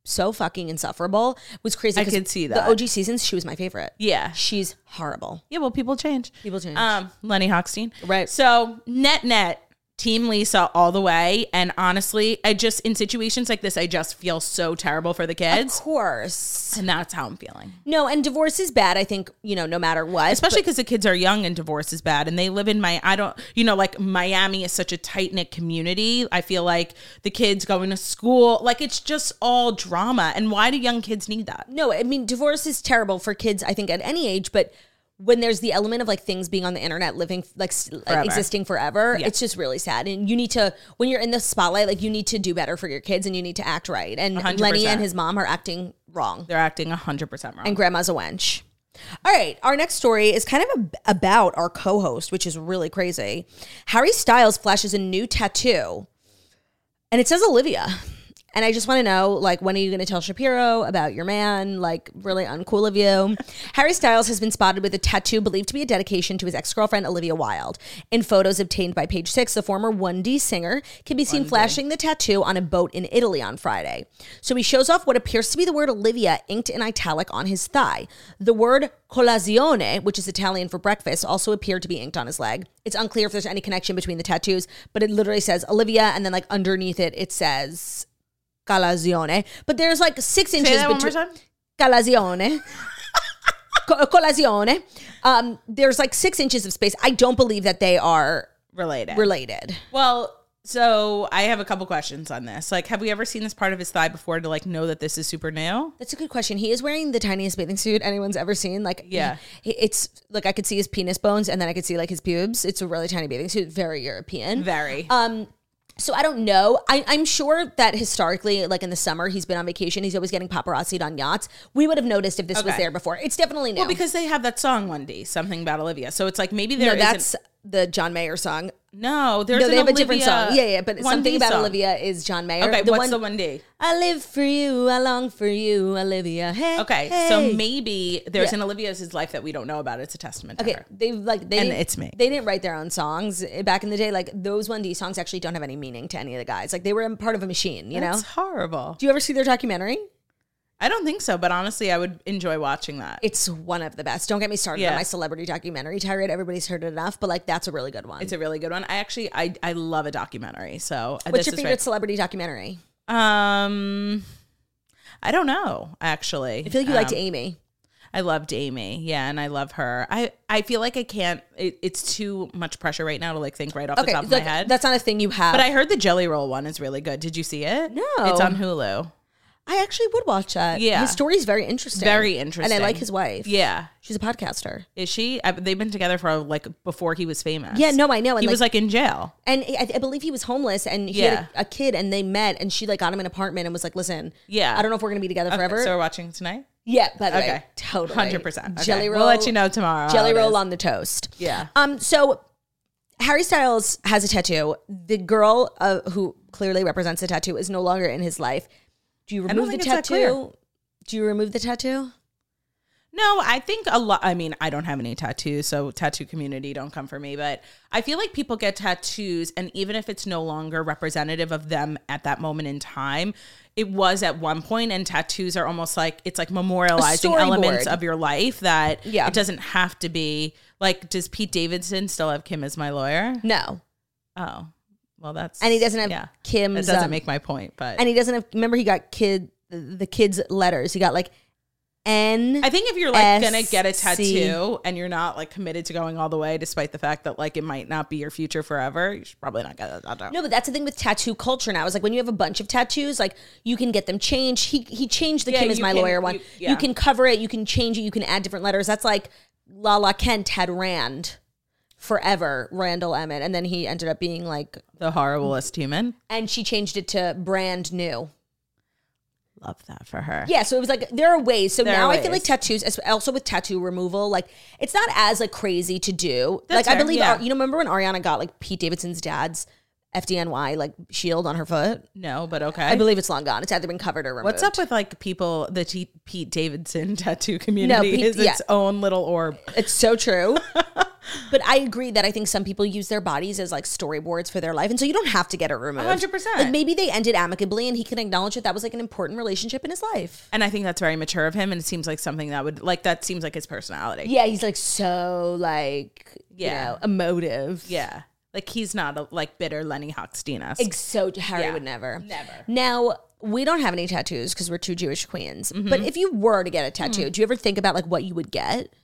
Speaker 2: so fucking insufferable. It was crazy.
Speaker 3: I
Speaker 2: 'cause
Speaker 3: could see
Speaker 2: The
Speaker 3: that.
Speaker 2: OG seasons, she was my favorite.
Speaker 3: yeah.
Speaker 2: She's horrible.
Speaker 3: Yeah, well, people change.
Speaker 2: People change.
Speaker 3: Um, Lenny Hochstein.
Speaker 2: Right.
Speaker 3: So net net, Team Lisa all the way. And honestly, I just in situations like this, I just feel so terrible for the
Speaker 2: of
Speaker 3: kids,
Speaker 2: course.
Speaker 3: and that's how I'm feeling.
Speaker 2: No, and divorce is bad. I think you know, no matter what,
Speaker 3: Especially because the kids are young and divorce is bad, and they live in my I don't you know like Miami is such a tight knit community. I feel like the kids going to school like it's just all drama. And why do young kids need that?
Speaker 2: no, I mean, divorce is terrible for kids, I think, at any age, but when there's the element of like things being on the internet, living, like s- like,
Speaker 3: Forever.
Speaker 2: existing forever,
Speaker 3: Yeah.
Speaker 2: it's just really sad. And you need to, when you're in the spotlight, like you need to do better for your kids and you need to act right. And
Speaker 3: 100%.
Speaker 2: Lenny and his mom are acting wrong,
Speaker 3: They're acting hundred percent wrong.
Speaker 2: and grandma's a wench. All right, our next story is kind of ab- about our co host, which is really crazy. Harry Styles flashes a new tattoo and it says Olivia. And I just want to know, like, when are you going to tell Shapiro about your man? Like, really uncool of you. Harry Styles has been spotted with a tattoo believed to be a dedication to his ex girlfriend, Olivia Wilde. In photos obtained by Page Six, the former 1D singer can be seen flashing the tattoo on a boat in Italy on Friday. So he shows off what appears to be the word Olivia inked in italic on his thigh. The word colazione, which is Italian for breakfast, also appeared to be inked on his leg. It's unclear if there's any connection between the tattoos, but it literally says Olivia, and then like underneath it, it says colazione. But there's like six
Speaker 3: Say
Speaker 2: inches
Speaker 3: that one more
Speaker 2: between
Speaker 3: time.
Speaker 2: colazione. (laughs) Co- colazione. Um, there's like six inches of space. I don't believe that they are
Speaker 3: Related.
Speaker 2: related.
Speaker 3: Well, so I have a couple questions on this. Like, have we ever seen this part of his thigh before to like know that this is super new?
Speaker 2: That's a good question. He is wearing the tiniest bathing suit anyone's ever seen. Like,
Speaker 3: Yeah.
Speaker 2: he- it's like I could see his penis bones, and then I could see like his pubes. It's a really tiny bathing suit, very European.
Speaker 3: Very.
Speaker 2: So I don't know. I, I'm sure that historically, like in the summer, he's been on vacation. He's always getting paparazzi'd on yachts. We would have noticed if this was
Speaker 3: Okay.
Speaker 2: there before. It's definitely new.
Speaker 3: well, because they have that song one day, something about Olivia. So it's like maybe
Speaker 2: no,
Speaker 3: there not
Speaker 2: that's the John Mayer song.
Speaker 3: no. There's
Speaker 2: no, they
Speaker 3: an
Speaker 2: have
Speaker 3: Olivia
Speaker 2: a different song. Yeah, yeah, but
Speaker 3: One
Speaker 2: something
Speaker 3: Day
Speaker 2: about
Speaker 3: song.
Speaker 2: Olivia is John Mayer.
Speaker 3: Okay, what's
Speaker 2: one-
Speaker 3: the one day?
Speaker 2: I live for you. I long for you, Olivia. Hey,
Speaker 3: Okay,
Speaker 2: hey.
Speaker 3: so maybe there's
Speaker 2: Yeah.
Speaker 3: an Olivia's his life that we don't know about. It's a testament.
Speaker 2: Okay,
Speaker 3: to her.
Speaker 2: they've like they
Speaker 3: And
Speaker 2: didn't-
Speaker 3: it's me.
Speaker 2: They didn't write their own songs Eh, back in the day. Like those One D songs actually don't have any meaning to any of the guys. Like they were a part of a machine. You
Speaker 3: that's
Speaker 2: know?
Speaker 3: horrible.
Speaker 2: Do you ever see their documentary?
Speaker 3: I don't think so, but honestly, I would enjoy watching that.
Speaker 2: It's one of the best. Don't get me started on
Speaker 3: Yeah.
Speaker 2: my celebrity documentary tirade. Everybody's heard it enough, but like that's a really good one.
Speaker 3: It's a really good one. I actually, I, I love a documentary. So uh,
Speaker 2: What's
Speaker 3: this
Speaker 2: your
Speaker 3: is
Speaker 2: favorite
Speaker 3: right.
Speaker 2: celebrity documentary?
Speaker 3: Um, I don't know. Actually, Um,
Speaker 2: I feel like you liked Amy.
Speaker 3: I loved Amy. Yeah, and I love her. I I feel like I can't. It, it's too much pressure right now to like think right off the
Speaker 2: Okay,
Speaker 3: top of
Speaker 2: like,
Speaker 3: my head.
Speaker 2: that's not a thing you have.
Speaker 3: but I heard the Jelly Roll one is really good. Did you see it?
Speaker 2: No.
Speaker 3: it's on Hulu.
Speaker 2: I actually would watch that.
Speaker 3: Yeah.
Speaker 2: his story's very interesting.
Speaker 3: Very
Speaker 2: and
Speaker 3: interesting.
Speaker 2: I like his wife.
Speaker 3: Yeah,
Speaker 2: she's a podcaster.
Speaker 3: is she? I, they've been together for like before he was famous.
Speaker 2: Yeah, no, I know, and,
Speaker 3: he
Speaker 2: like-
Speaker 3: was like in jail.
Speaker 2: And I, I believe he was homeless, and he had a,
Speaker 3: Yeah.
Speaker 2: a kid, and they met, and she like got him an apartment, and was like, "Listen,
Speaker 3: Yeah.
Speaker 2: I don't know if we're gonna be together
Speaker 3: Okay,
Speaker 2: forever."
Speaker 3: Uh, so we're watching tonight.
Speaker 2: yeah, by the way,
Speaker 3: Okay,
Speaker 2: totally,
Speaker 3: hundred percent.
Speaker 2: Jelly roll.
Speaker 3: We'll let you know tomorrow.
Speaker 2: Jelly
Speaker 3: how it
Speaker 2: roll
Speaker 3: is.
Speaker 2: on the toast.
Speaker 3: Yeah.
Speaker 2: Um. So Harry Styles has a tattoo. The girl uh, who clearly represents the tattoo is no longer in his life. Do you
Speaker 3: don't
Speaker 2: remove the
Speaker 3: think it's that
Speaker 2: tattoo? Do you remove the tattoo?
Speaker 3: No, I think a lot. I mean, I don't have any tattoos, so tattoo community don't come for me. But I feel like people get tattoos, and even if it's no longer representative of them at that moment in time, it was at one point, and tattoos are almost like it's like memorializing
Speaker 2: storyboard.
Speaker 3: elements of your life that
Speaker 2: Yeah.
Speaker 3: it doesn't have to be like. Does Pete Davidson still have Kim as my lawyer?
Speaker 2: No.
Speaker 3: Oh, well, that's
Speaker 2: And he doesn't have
Speaker 3: yeah.
Speaker 2: Kim's.
Speaker 3: It doesn't
Speaker 2: um,
Speaker 3: make my point, but
Speaker 2: And he doesn't have. Remember, he got kid the kids' letters. He got like N.
Speaker 3: I think if you're like
Speaker 2: S-
Speaker 3: gonna get a
Speaker 2: C.
Speaker 3: tattoo and you're not like committed to going all the way, despite the fact that like it might not be your future forever, you should probably not get a tattoo.
Speaker 2: No, but that's the thing with tattoo culture now. Is like when you have a bunch of tattoos, like you can get them changed. He he changed the
Speaker 3: Yeah,
Speaker 2: Kim is
Speaker 3: you
Speaker 2: my
Speaker 3: can-
Speaker 2: lawyer one. You,
Speaker 3: you- yeah.
Speaker 2: can cover it, you can change it, you can add different letters. That's like Lala Kent had Rand forever, Randall Emmett, and then he ended up being like,
Speaker 3: The horriblest human.
Speaker 2: and she changed it to brand new.
Speaker 3: Love that for her.
Speaker 2: Yeah, so it was like there are ways. So
Speaker 3: There
Speaker 2: now
Speaker 3: are
Speaker 2: I feel like
Speaker 3: ways.
Speaker 2: tattoos, as- also with tattoo removal, like it's not as like crazy to do.
Speaker 3: That's
Speaker 2: like I
Speaker 3: fair,
Speaker 2: believe
Speaker 3: yeah.
Speaker 2: Ar- you know, remember when Ariana got like Pete Davidson's dad's FDNY like shield on her foot?
Speaker 3: No, but okay.
Speaker 2: I believe it's long gone. It's either been covered or removed.
Speaker 3: What's up with like people? The T- Pete Davidson (laughs) tattoo community
Speaker 2: Pete-
Speaker 3: is its
Speaker 2: yeah.
Speaker 3: own little orb.
Speaker 2: It's so true. (laughs) but I agree that I think some people use their bodies as like storyboards for their life. And so you don't have to get it removed.
Speaker 3: 100%.
Speaker 2: Like maybe they ended amicably and he can acknowledge that that was like an important relationship in his life.
Speaker 3: And I think that's very mature of him. And it seems like something that would like that seems like his personality.
Speaker 2: Yeah, he's like so like,
Speaker 3: Yeah.
Speaker 2: you know, emotive.
Speaker 3: Yeah. Like he's not a, like bitter Lenny Hochstinas.
Speaker 2: Ex- So Harry
Speaker 3: Yeah.
Speaker 2: would never.
Speaker 3: Never.
Speaker 2: Now, we don't have any tattoos because we're two Jewish queens. But if you were to get a tattoo, do you ever think about like what you would get?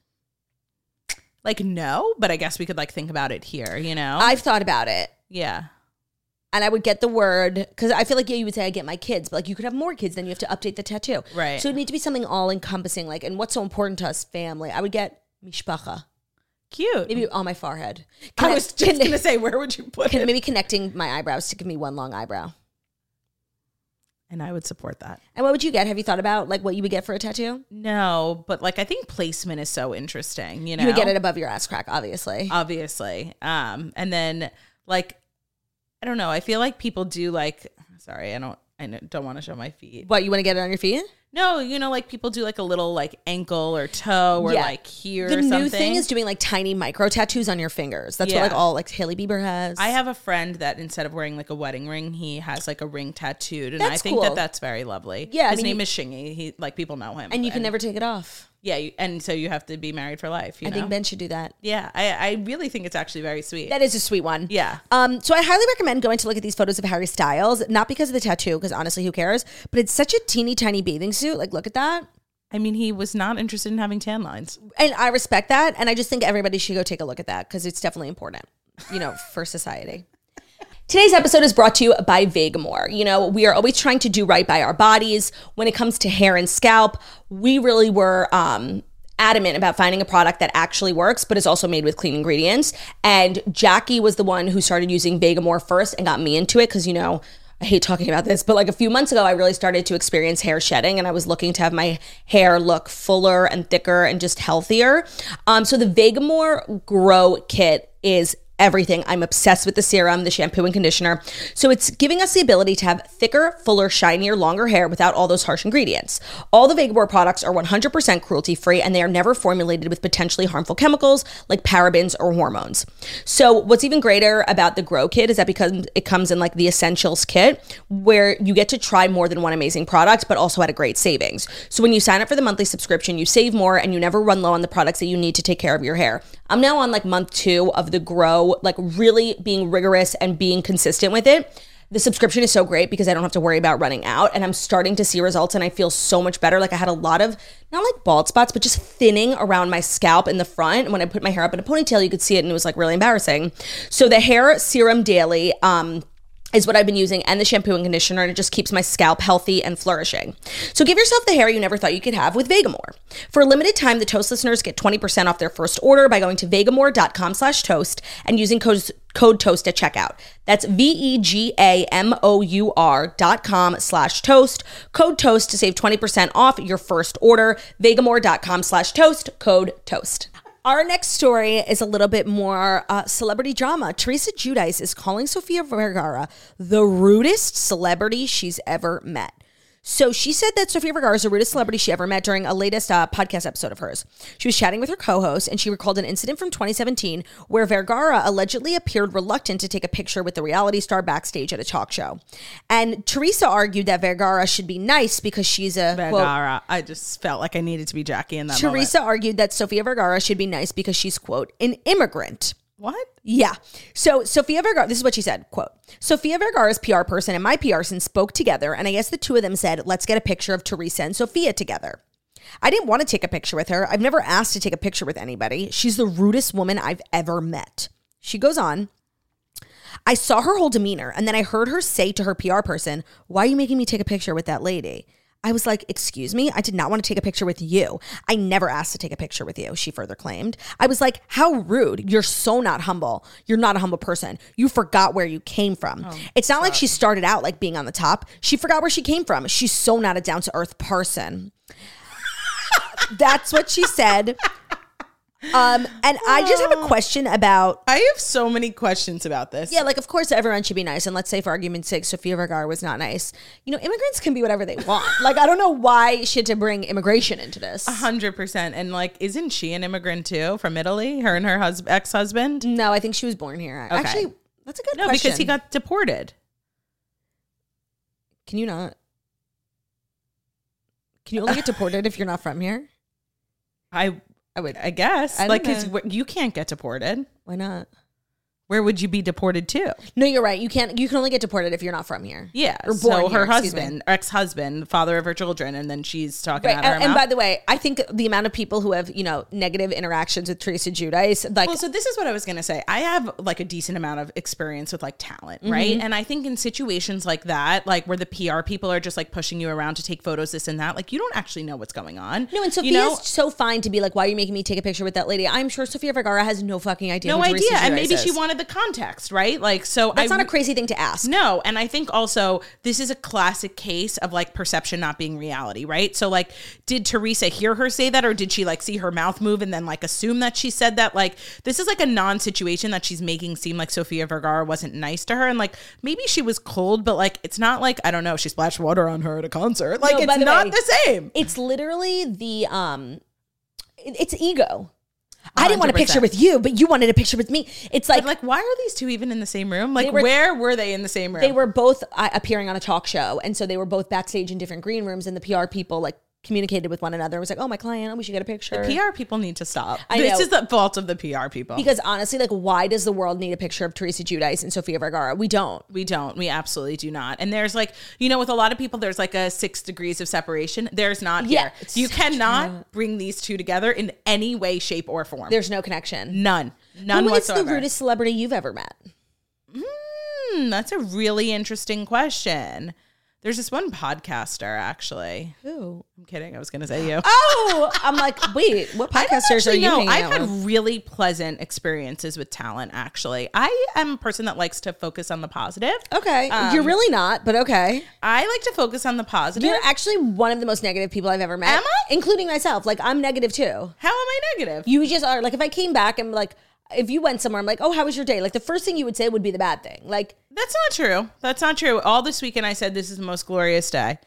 Speaker 3: like no, but I guess we could like think about it here. You know?
Speaker 2: I've thought about it.
Speaker 3: yeah.
Speaker 2: and I would get the word because I feel like yeah, you would say I get my kids, but like you could have more kids, then you have to update the tattoo.
Speaker 3: Right.
Speaker 2: So it needs to be something all encompassing, like and what's so important to us, family. I would get mishpacha,
Speaker 3: Cute.
Speaker 2: maybe on my forehead.
Speaker 3: I was
Speaker 2: Connect-
Speaker 3: just
Speaker 2: conne-
Speaker 3: gonna say, where would you put
Speaker 2: con-
Speaker 3: it?
Speaker 2: maybe connecting my eyebrows to give me one long eyebrow.
Speaker 3: and I would support that.
Speaker 2: And what would you get? Have you thought about like what you would get for a tattoo?
Speaker 3: No, but like I think placement is so interesting. You know,
Speaker 2: You would get it above your ass crack, obviously.
Speaker 3: obviously. Um, and then like I don't know. I feel like people do like. Sorry, I don't. I n- don't want to show my feet.
Speaker 2: what you want to get it on your feet?
Speaker 3: No, you know, like people do like a little like ankle or toe or
Speaker 2: Yeah.
Speaker 3: like here
Speaker 2: the
Speaker 3: or
Speaker 2: new
Speaker 3: something.
Speaker 2: thing is doing like tiny micro tattoos on your fingers. That's
Speaker 3: Yeah.
Speaker 2: what like all like Haley Bieber has.
Speaker 3: I have a friend that instead of wearing like a wedding ring, he has like a ring tattooed, and I
Speaker 2: That's
Speaker 3: think
Speaker 2: cool.
Speaker 3: that that's very lovely.
Speaker 2: Yeah, I
Speaker 3: his
Speaker 2: mean,
Speaker 3: name
Speaker 2: you-
Speaker 3: is Shingy. He like people know him,
Speaker 2: and you can never take it off.
Speaker 3: yeah, you, and so you have to be married for life. You
Speaker 2: I
Speaker 3: know,
Speaker 2: think Ben should do that.
Speaker 3: yeah, I, I really think it's actually very sweet.
Speaker 2: That is a sweet one.
Speaker 3: yeah,
Speaker 2: Um, so I highly recommend going to look at these photos of Harry Styles, not because of the tattoo, because honestly, who cares? But it's such a teeny tiny bathing suit. Like, look at that.
Speaker 3: I mean, he was not interested in having tan lines.
Speaker 2: And I respect that. And I just think everybody should go take a look at that because it's definitely important, you know, for society. Today's episode is brought to you by Vegamore. You know, we are always trying to do right by our bodies. When it comes to hair and scalp, we really were um, adamant about finding a product that actually works, but is also made with clean ingredients. And Jackie was the one who started using Vegamore first and got me into it because, you know, I hate talking about this, but like a few months ago, I really started to experience hair shedding and I was looking to have my hair look fuller and thicker and just healthier. Um, so the Vegamore Grow Kit is everything. I'm obsessed with the serum, the shampoo, and conditioner. So it's giving us the ability to have thicker, fuller, shinier, longer hair without all those harsh ingredients. All the Vagabore products are 100% cruelty free and they are never formulated with potentially harmful chemicals like parabens or hormones. So what's even greater about the Grow Kit is that because it comes in like the essentials kit where you get to try more than one amazing product but also at a great savings. So when you sign up for the monthly subscription, you save more and you never run low on the products that you need to take care of your hair. I'm now on like month 2 of the grow, like really being rigorous and being consistent with it. The subscription is so great because I don't have to worry about running out and I'm starting to see results and I feel so much better. Like I had a lot of not like bald spots, but just thinning around my scalp in the front. And when I put my hair up in a ponytail, you could see it and it was like really embarrassing. So the hair serum daily um is what I've been using and the shampoo and conditioner, and it just keeps my scalp healthy and flourishing. So give yourself the hair you never thought you could have with Vegamore. For a limited time, the Toast listeners get 20% off their first order by going to vegamore.com slash toast and using code, code toast at checkout. That's E V-E-G-A-M-O-U-R dot com slash toast. Code toast to save 20% off your first order. Vegamore.com slash toast. Code toast. Our next story is a little bit more uh, celebrity drama. Teresa Judice is calling Sofia Vergara the rudest celebrity she's ever met. So she said that Sofia Vergara is the rudest celebrity she ever met during a latest uh, podcast episode of hers. She was chatting with her co-host, and she recalled an incident from 2017 where Vergara allegedly appeared reluctant to take a picture with the reality star backstage at a talk show. And Teresa argued that Vergara should be nice because she's a quote,
Speaker 3: Vergara. I just felt like I needed to be Jackie in that
Speaker 2: Teresa argued that Sofia Vergara should be nice because she's, quote, an immigrant.
Speaker 3: moment. What?
Speaker 2: Yeah. So Sofia Vergara, this is what she said, quote, Sofia Vergara's PR person and my PR person spoke together, and I guess the two of them said, let's get a picture of Teresa and Sofia together. I didn't want to take a picture with her. I've never asked to take a picture with anybody. She's the rudest woman I've ever met. She goes on, I saw her whole demeanor, and then I heard her say to her PR person, Why are you making me take a picture with that lady? I was like, Excuse me, I did not want to take a picture with you. I never asked to take a picture with you, she further claimed. I was like, How rude. You're so not humble. You're not a humble person. You forgot where you came from. it's not like she started out like being on the top, she forgot where she came from. She's so not a down to earth person. That's what she said. Um, and I just have a question about
Speaker 3: I have so many questions about this.
Speaker 2: yeah, like of course everyone should be nice. And let's say for argument's sake, Sofia Vergara was not nice. You know, immigrants can be whatever they
Speaker 3: (laughs)
Speaker 2: want. like I don't know why she had to bring immigration into this.
Speaker 3: Hundred percent, and like, isn't she an immigrant too from Italy? Her and her hus- ex husband.
Speaker 2: No, I think she was born here. Actually, that's a good
Speaker 3: No,
Speaker 2: question.
Speaker 3: because he got deported.
Speaker 2: Can you not? Can you only
Speaker 3: (laughs)
Speaker 2: get deported if you're not from here?
Speaker 3: I, I would, I guess.
Speaker 2: I don't
Speaker 3: like, his,
Speaker 2: know.
Speaker 3: you can't get deported.
Speaker 2: Why not?
Speaker 3: Where would you be deported to?
Speaker 2: No, you're right. You can't. You can only get deported if you're not from here.
Speaker 3: Yeah.
Speaker 2: or
Speaker 3: so
Speaker 2: born here,
Speaker 3: her
Speaker 2: excuse me.
Speaker 3: husband, ex husband, father of her children, and then she's talking
Speaker 2: Right.
Speaker 3: about her
Speaker 2: And, and
Speaker 3: mouth.
Speaker 2: by the way, I think the amount of people who have you know negative interactions with Teresa Judice, like
Speaker 3: well, so this is what I was gonna say. I have like a decent amount of experience with like talent,
Speaker 2: Mm-hmm.
Speaker 3: right? And I think in situations like that, like where the PR people are just like pushing you around to take photos, this and that, like you don't actually know what's going on.
Speaker 2: No, and Sophia's
Speaker 3: you know,
Speaker 2: so fine to be like, why are you making me take a picture with that lady? I'm sure Sophia Vergara has no fucking idea.
Speaker 3: no
Speaker 2: who
Speaker 3: idea,
Speaker 2: Teresa
Speaker 3: and
Speaker 2: Giudice
Speaker 3: maybe she
Speaker 2: is.
Speaker 3: wanted the context, right? Like, so
Speaker 2: That's
Speaker 3: I
Speaker 2: not a crazy thing to ask.
Speaker 3: No, and I think also this is a classic case of like perception not being reality, right? So like did Teresa hear her say that or did she like see her mouth move and then like assume that she said that? Like this is like a non-situation that she's making seem like Sofia Vergara wasn't nice to her and like maybe she was cold, but like it's not like I don't know, she splashed water on her at a concert. Like
Speaker 2: No, by
Speaker 3: it's
Speaker 2: the
Speaker 3: not
Speaker 2: way,
Speaker 3: the same.
Speaker 2: It's literally the um, it- it's ego. I didn't want a
Speaker 3: 100%.
Speaker 2: picture with you, but you wanted a picture with me. It's like
Speaker 3: But like why are these two even in the same room? Like
Speaker 2: were-
Speaker 3: where were they in the same room?
Speaker 2: they were both uh, appearing on a talk show, and so they were both backstage in different green rooms, and the PR people like communicated with one another. It was like, oh, my client, we should get a picture.
Speaker 3: PR people need to stop.
Speaker 2: I
Speaker 3: this
Speaker 2: know.
Speaker 3: is the fault of the PR people.
Speaker 2: because honestly, like, why does the world need a picture of Teresa Judice and Sophia Vergara? We don't.
Speaker 3: We don't. We absolutely do not. And there's like, you know, with a lot of people, there's like a six degrees of separation. There's not
Speaker 2: Yeah,
Speaker 3: here.
Speaker 2: it's
Speaker 3: You
Speaker 2: so
Speaker 3: cannot bring these two together in any way, shape, or form.
Speaker 2: There's no connection.
Speaker 3: none. None
Speaker 2: Who is
Speaker 3: whatsoever.
Speaker 2: the rudest celebrity you've ever met?
Speaker 3: Hmm, that's a really interesting question. There's this one podcaster, actually.
Speaker 2: Who?
Speaker 3: I'm kidding. I was going
Speaker 2: (gasps)
Speaker 3: to say you.
Speaker 2: Oh, (laughs) I'm like, wait, what
Speaker 3: I don't
Speaker 2: podcasters are
Speaker 3: actually
Speaker 2: you
Speaker 3: know.
Speaker 2: hanging
Speaker 3: I've
Speaker 2: out
Speaker 3: had
Speaker 2: with?
Speaker 3: really pleasant experiences with talent, actually. I am a person that likes to focus on the positive.
Speaker 2: Okay, you're
Speaker 3: Um,
Speaker 2: really not, but okay.
Speaker 3: I like to focus on the positive.
Speaker 2: You're actually one of the most negative people I've ever met.
Speaker 3: Am I?
Speaker 2: Including myself. Like, I'm negative too.
Speaker 3: How am I negative?
Speaker 2: You just are. Like, if I came back and, like, if you went somewhere, I'm like, oh, how was your day? Like, the first thing you would say would be the bad thing. Like,
Speaker 3: That's not true. That's not true. All this weekend, I said this is the most glorious day.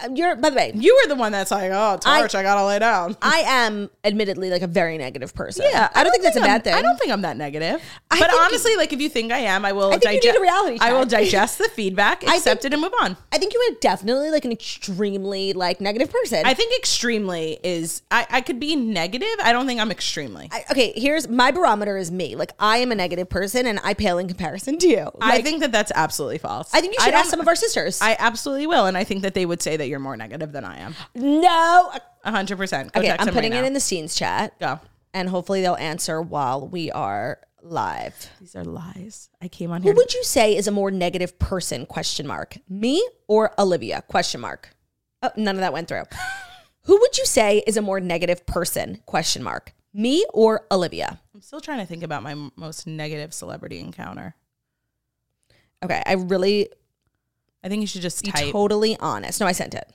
Speaker 2: uh, you're, by the way,
Speaker 3: You were the one that's like, oh, Torch, I, gotta lay down.
Speaker 2: I am admittedly like a very negative person. I, don't, think that's a
Speaker 3: I'm-
Speaker 2: bad thing.
Speaker 3: I don't think I'm that negative.
Speaker 2: I
Speaker 3: but
Speaker 2: think-
Speaker 3: honestly, like if you think I am, I will
Speaker 2: I think you
Speaker 3: digest.
Speaker 2: need a reality
Speaker 3: I will
Speaker 2: check.
Speaker 3: digest the feedback,
Speaker 2: I
Speaker 3: accept
Speaker 2: think-
Speaker 3: it, and move on.
Speaker 2: I think you are definitely like an extremely like negative person.
Speaker 3: I think extremely is. I, I could be negative. I don't think I'm extremely.
Speaker 2: I- okay, here's my barometer is me. Like I am a negative person and I pale in comparison to you.
Speaker 3: I
Speaker 2: Like,
Speaker 3: think that that's absolutely false.
Speaker 2: I think you should ask
Speaker 3: don't-
Speaker 2: some of our sisters.
Speaker 3: I absolutely will, and I think that they would say that you're more negative than I am.
Speaker 2: no.
Speaker 3: hundred percent.
Speaker 2: Okay, I'm putting it in the scenes chat
Speaker 3: go.
Speaker 2: and hopefully they'll answer while we are live.
Speaker 3: These are lies. I came on
Speaker 2: Who
Speaker 3: here.
Speaker 2: would you say is a more negative person question mark? Me or Olivia question mark? Oh, none of that went
Speaker 3: (laughs)
Speaker 2: through. Who would you say is a more negative person question mark? Me or Olivia?
Speaker 3: I'm still trying to think about my m- most negative celebrity encounter.
Speaker 2: Okay, I really
Speaker 3: I think you should just
Speaker 2: be
Speaker 3: type.
Speaker 2: totally honest. No, I sent it.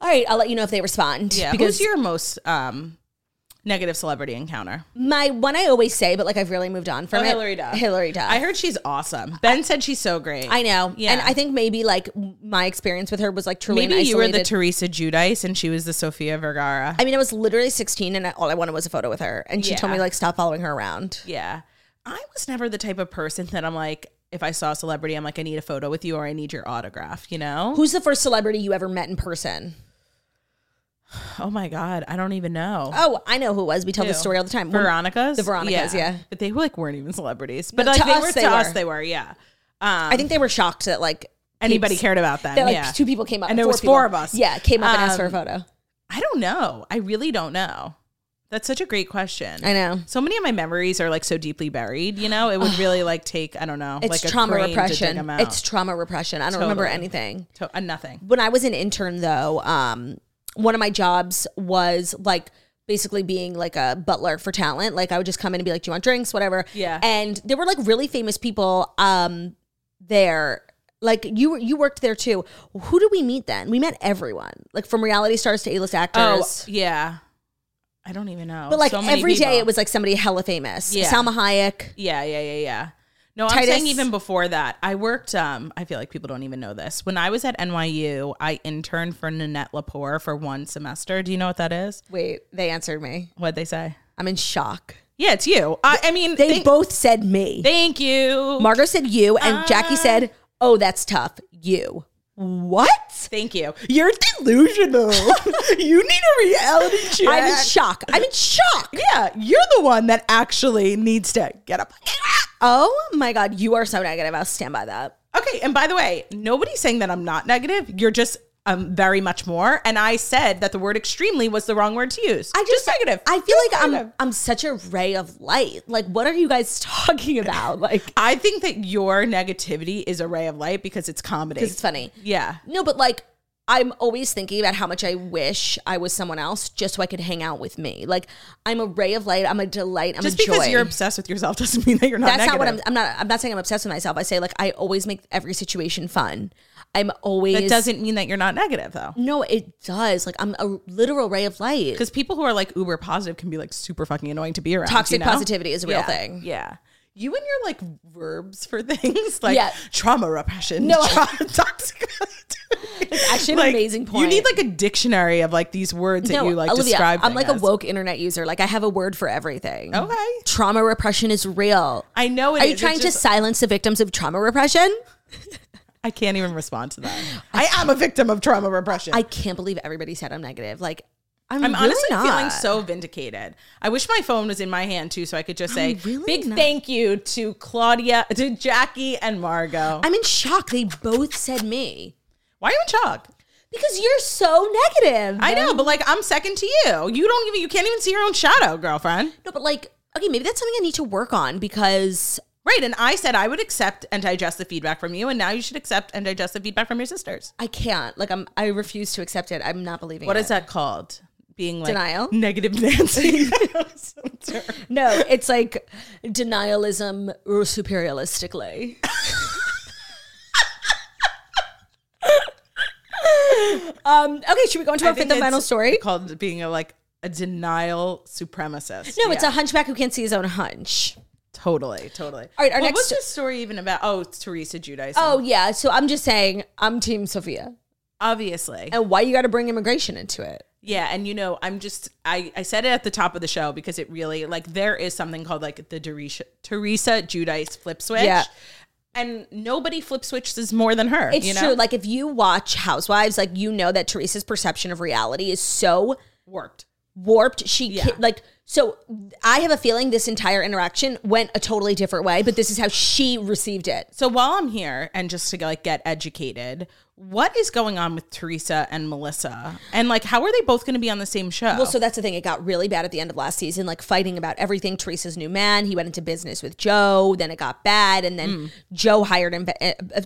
Speaker 2: All right, I'll let you know if they respond.
Speaker 3: yeah,
Speaker 2: because
Speaker 3: who's your most um, negative celebrity encounter?
Speaker 2: my one I always say, but like I've really moved on from
Speaker 3: Oh,
Speaker 2: it.
Speaker 3: (laughs) Hillary Duff.
Speaker 2: Hillary Duff.
Speaker 3: I heard she's awesome. Ben said she's so great.
Speaker 2: I know.
Speaker 3: Yeah.
Speaker 2: And I think maybe like my experience with her was like truly
Speaker 3: Maybe
Speaker 2: an
Speaker 3: you were the
Speaker 2: isolated-
Speaker 3: Teresa Judice and she was the Sofia Vergara.
Speaker 2: I mean, I was literally 16 and I, all I wanted was a photo with her. And she told
Speaker 3: Yeah.
Speaker 2: me like stop following her around.
Speaker 3: yeah. I was never the type of person that I'm like, if I saw a celebrity, I'm like, I need a photo with you or I need your autograph, you know?
Speaker 2: Who's the first celebrity you ever met in person?
Speaker 3: oh my God. I don't even know.
Speaker 2: Oh, I know who it was. We tell this
Speaker 3: Who?
Speaker 2: story all the time. When-
Speaker 3: Veronica's?
Speaker 2: The Veronicas, yeah.
Speaker 3: But they like weren't even celebrities. But
Speaker 2: No,
Speaker 3: like
Speaker 2: to
Speaker 3: they
Speaker 2: us
Speaker 3: were
Speaker 2: they
Speaker 3: to us
Speaker 2: were.
Speaker 3: they were, yeah. Um,
Speaker 2: I think they were shocked that like
Speaker 3: Anybody
Speaker 2: peeps-
Speaker 3: cared about them.
Speaker 2: That like
Speaker 3: yeah.
Speaker 2: two people came up
Speaker 3: And there
Speaker 2: four
Speaker 3: was four
Speaker 2: people.
Speaker 3: of us.
Speaker 2: Yeah, came up and asked for a
Speaker 3: Um,
Speaker 2: photo.
Speaker 3: I don't know. I really don't know. That's such a great question.
Speaker 2: I know.
Speaker 3: So many of my memories are like so deeply buried. You know, it
Speaker 2: (sighs)
Speaker 3: would really like take I don't know.
Speaker 2: It's
Speaker 3: like
Speaker 2: trauma
Speaker 3: crane to dig
Speaker 2: repression.
Speaker 3: them out.
Speaker 2: It's trauma repression. I don't remember
Speaker 3: Totally.
Speaker 2: anything.
Speaker 3: to- uh, nothing.
Speaker 2: when I was an intern though, um, one of my jobs was like basically being like a butler for talent. Like I would just come in and be like, Do you want drinks? Whatever.
Speaker 3: Yeah.
Speaker 2: And there were like really famous people um there. Like you you worked there too. Who did we meet then? We met everyone. Like from reality stars to A list
Speaker 3: Oh
Speaker 2: actors.
Speaker 3: yeah. I don't even know.
Speaker 2: but like
Speaker 3: So
Speaker 2: every
Speaker 3: many
Speaker 2: day,
Speaker 3: people.
Speaker 2: it was like somebody hella famous.
Speaker 3: Yeah.
Speaker 2: Salma Hayek.
Speaker 3: Yeah, yeah, yeah, yeah. No, I'm
Speaker 2: Titus-
Speaker 3: saying even before that, I worked. Um, I feel like people don't even know this. When I was at NYU, I interned for Nanette Lepore for one semester. Do you know what that is?
Speaker 2: Wait, they answered me.
Speaker 3: What'd they say?
Speaker 2: I'm in shock.
Speaker 3: Yeah, it's you. I, I mean,
Speaker 2: They
Speaker 3: thank,
Speaker 2: both said me.
Speaker 3: thank you.
Speaker 2: Margot said you, and
Speaker 3: Ah.
Speaker 2: Jackie said, "Oh, that's tough." You what?
Speaker 3: thank you.
Speaker 2: You're delusional.
Speaker 3: (laughs) You need a reality check.
Speaker 2: I'm in shock. I'm in shock.
Speaker 3: yeah, you're the one that actually needs to get up.
Speaker 2: Oh my god, you are so negative. I'll stand by that.
Speaker 3: Okay, and by the way, nobody's saying that I'm not negative. You're just um, very much more. And I said that the word extremely was the wrong word to use.
Speaker 2: I just,
Speaker 3: negative.
Speaker 2: I feel
Speaker 3: Just
Speaker 2: like
Speaker 3: negative.
Speaker 2: I'm I'm such a ray of light. Like, what are you guys (laughs) talking about? Like,
Speaker 3: I think that your negativity is a ray of light because it's comedy.
Speaker 2: 'cause it's funny.
Speaker 3: yeah.
Speaker 2: No, but like I'm always thinking about how much I wish I was someone else just so I could hang out with me. Like I'm a ray of light. I'm a delight. I'm
Speaker 3: Just
Speaker 2: a joy.
Speaker 3: because you're obsessed with yourself (laughs) doesn't mean that you're not
Speaker 2: that's not
Speaker 3: negative.
Speaker 2: what I'm. I'm not. I'm not saying I'm obsessed with myself. I say like I always make every situation fun. I'm Mm. always.
Speaker 3: that doesn't mean that you're not negative though.
Speaker 2: No, it does. Like I'm a literal ray of light.
Speaker 3: Because people who are like uber positive can be like super fucking annoying to be around.
Speaker 2: Toxic
Speaker 3: you know?
Speaker 2: positivity is a real
Speaker 3: Yeah.
Speaker 2: thing.
Speaker 3: Yeah. You and your like verbs for (laughs) things like
Speaker 2: Yeah.
Speaker 3: trauma repression.
Speaker 2: No, I-
Speaker 3: (laughs) tra- toxic positivity.
Speaker 2: It's actually an amazing
Speaker 3: You
Speaker 2: point.
Speaker 3: need like a dictionary of like these words that you like describe.
Speaker 2: I'm like
Speaker 3: things
Speaker 2: a woke internet user. Like I have a word for everything.
Speaker 3: as. Okay.
Speaker 2: Trauma repression is real.
Speaker 3: I know Oh. it
Speaker 2: Are
Speaker 3: is.
Speaker 2: you
Speaker 3: It's
Speaker 2: trying
Speaker 3: just-
Speaker 2: to silence the victims of trauma repression?
Speaker 3: I can't even respond to that. I am a victim of trauma repression.
Speaker 2: I can't believe everybody said I'm negative. Like I'm,
Speaker 3: I'm
Speaker 2: really
Speaker 3: honestly
Speaker 2: not.
Speaker 3: feeling so vindicated. I wish my phone was in my hand too, so I could just say
Speaker 2: really
Speaker 3: big
Speaker 2: not-
Speaker 3: thank you to Claudia, to Jackie, and Margot.
Speaker 2: I'm in shock. They both said me
Speaker 3: Why are you in shock?
Speaker 2: because you're so negative.
Speaker 3: I know, but like I'm second to you. You don't even you can't even see your own shadow, girlfriend.
Speaker 2: No, but like, okay, maybe that's something I need to work on because
Speaker 3: Right? And I said I would accept and digest the feedback from you, and now you should accept and digest the feedback from your sisters.
Speaker 2: I can't. Like, I'm I refuse to accept it. I'm not believing.
Speaker 3: What
Speaker 2: it.
Speaker 3: is that called? Being like
Speaker 2: Denial?
Speaker 3: negative (laughs) Nancy. Some term.
Speaker 2: No, it's like denialism or superiorlistically. (laughs) um. Okay, should we go into
Speaker 3: I
Speaker 2: our
Speaker 3: think
Speaker 2: fifth and
Speaker 3: it's
Speaker 2: final story?
Speaker 3: called being a like a denial supremacist.
Speaker 2: No, it's a hunchback who can't see his own hunch.
Speaker 3: Tototally, totally.
Speaker 2: All right, our
Speaker 3: What
Speaker 2: next
Speaker 3: was
Speaker 2: sto-
Speaker 3: this story even about? Oh, it's Teresa Giudice.
Speaker 2: Oh yeah. So I'm just saying, I'm Team Sophia,
Speaker 3: obviously.
Speaker 2: and why you got to bring immigration into it?
Speaker 3: Yeah, and you know, I'm just I I said it at the top of the show because it really like there is something called like the Teresa Teresa Giudice flip switch.
Speaker 2: Yeah.
Speaker 3: And nobody flip switches more than her.
Speaker 2: It's
Speaker 3: you know?
Speaker 2: true. Like if you watch Housewives, like you know that Teresa's perception of reality is so
Speaker 3: worked.
Speaker 2: warped. She
Speaker 3: Yeah.
Speaker 2: ki- like so. I have a feeling this entire interaction went a totally different way, but this is how she received it.
Speaker 3: So while I'm here and just to like get educated, what is going on with Teresa and Melissa? And like how are they both gonna be on the same show?
Speaker 2: Well, so that's the thing. It got really bad at the end of last season, like fighting about everything. Teresa's new man. He went into business with Joe. Then it got bad, and then Joe hired him. Uh, uh,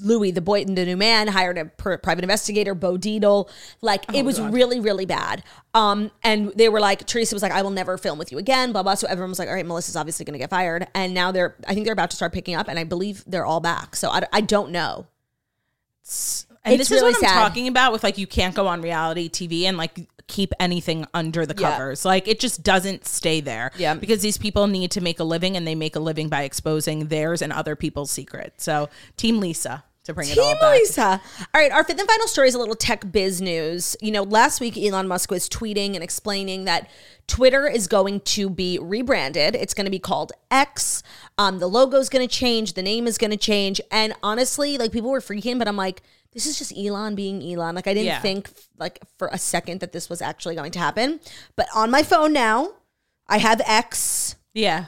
Speaker 2: Louis, the boy, the new man, hired a per- private investigator, Bo Deedle. Like it was really, really bad. Um, and they were like, Teresa was like, "I will never film with you again." Blah blah. So everyone was like, "All right, Melissa's obviously going to get fired." And now they're, I think they're about to start picking up, and I believe they're all back. So I, I don't know.
Speaker 3: And
Speaker 2: It's
Speaker 3: this is
Speaker 2: really
Speaker 3: what I'm
Speaker 2: sad.
Speaker 3: talking about with like you can't go on reality TV and like keep anything under the
Speaker 2: Yeah.
Speaker 3: covers. Like it just doesn't stay there.
Speaker 2: Yeah.
Speaker 3: Because these people need to make a living and they make a living by exposing theirs and other people's secrets. So Team Lisa to bring it all
Speaker 2: Team
Speaker 3: back.
Speaker 2: Lisa. All right, our fifth and final story is a little tech biz news. You know, last week Elon Musk was tweeting and explaining that Twitter is going to be rebranded. It's going to be called X. Um, the logo is going to change. The name is going to change. And honestly, like people were freaking, but I'm like, this is just Elon being Elon. Like I didn't
Speaker 3: Yeah.
Speaker 2: think like for a second that this was actually going to happen. But on my phone now, I have X.
Speaker 3: Yeah.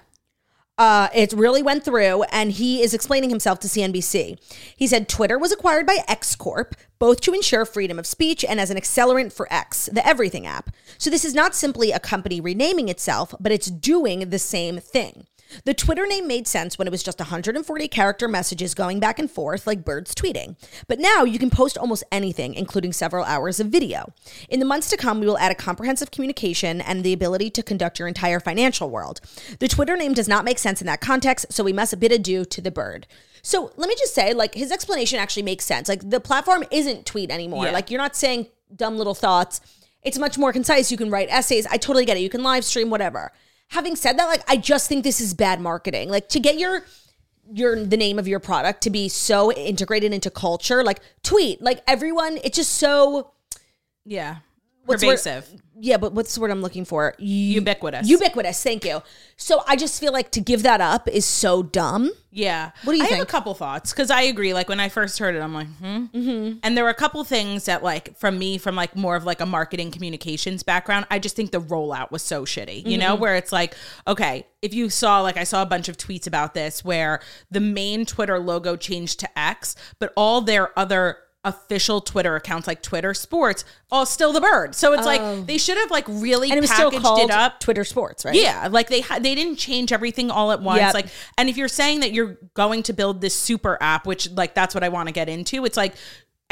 Speaker 2: Uh, it really went through, and he is explaining himself to CNBC. He said Twitter was acquired by X Corp, both to ensure freedom of speech and as an accelerant for X, the Everything app. So this is not simply a company renaming itself, but it's doing the same thing. The Twitter name made sense when it was just 140 character messages going back and forth like birds tweeting. But now you can post almost anything, including several hours of video. In the months to come, we will add a comprehensive communication and the ability to conduct your entire financial world. The Twitter name does not make sense in that context, so we must bid adieu to the bird. So let me just say, like, his explanation actually makes sense. Like, the platform isn't tweet anymore.
Speaker 3: Yeah.
Speaker 2: Like, you're not saying dumb little thoughts. It's much more concise. You can write essays. I totally get it. You can live stream, whatever. Having said that, like, I just think this is bad marketing. Like, to get your your the name of your product to be so integrated into culture, like tweet, like everyone. It's just so
Speaker 3: Yeah.
Speaker 2: What's wor-
Speaker 3: Pervasive.
Speaker 2: yeah. But what's the word I'm looking for? U-
Speaker 3: Ubiquitous.
Speaker 2: ubiquitous. Thank you. So I just feel like to give that up is so dumb.
Speaker 3: Yeah.
Speaker 2: What do you
Speaker 3: I have
Speaker 2: think?
Speaker 3: a couple thoughts because I agree. Like when I first heard it, I'm like, hmm.
Speaker 2: Mm-hmm.
Speaker 3: And there were a couple things that, like, from me, from like more of like a marketing communications background, I just think the rollout was so shitty, you
Speaker 2: Mm-hmm.
Speaker 3: know, where it's like, okay, if you saw, like, I saw a bunch of tweets about this where the main Twitter logo changed to X, but all their other official Twitter accounts like Twitter Sports, all still the bird. So it's like they should have like really
Speaker 2: Oh. And it was still
Speaker 3: packaged
Speaker 2: called
Speaker 3: it up.
Speaker 2: Twitter Sports, right?
Speaker 3: Yeah, like they ha- they didn't change everything all at once.
Speaker 2: Yep.
Speaker 3: Like, and if you're saying that you're going to build this super app, which like that's what I want to get into, it's like.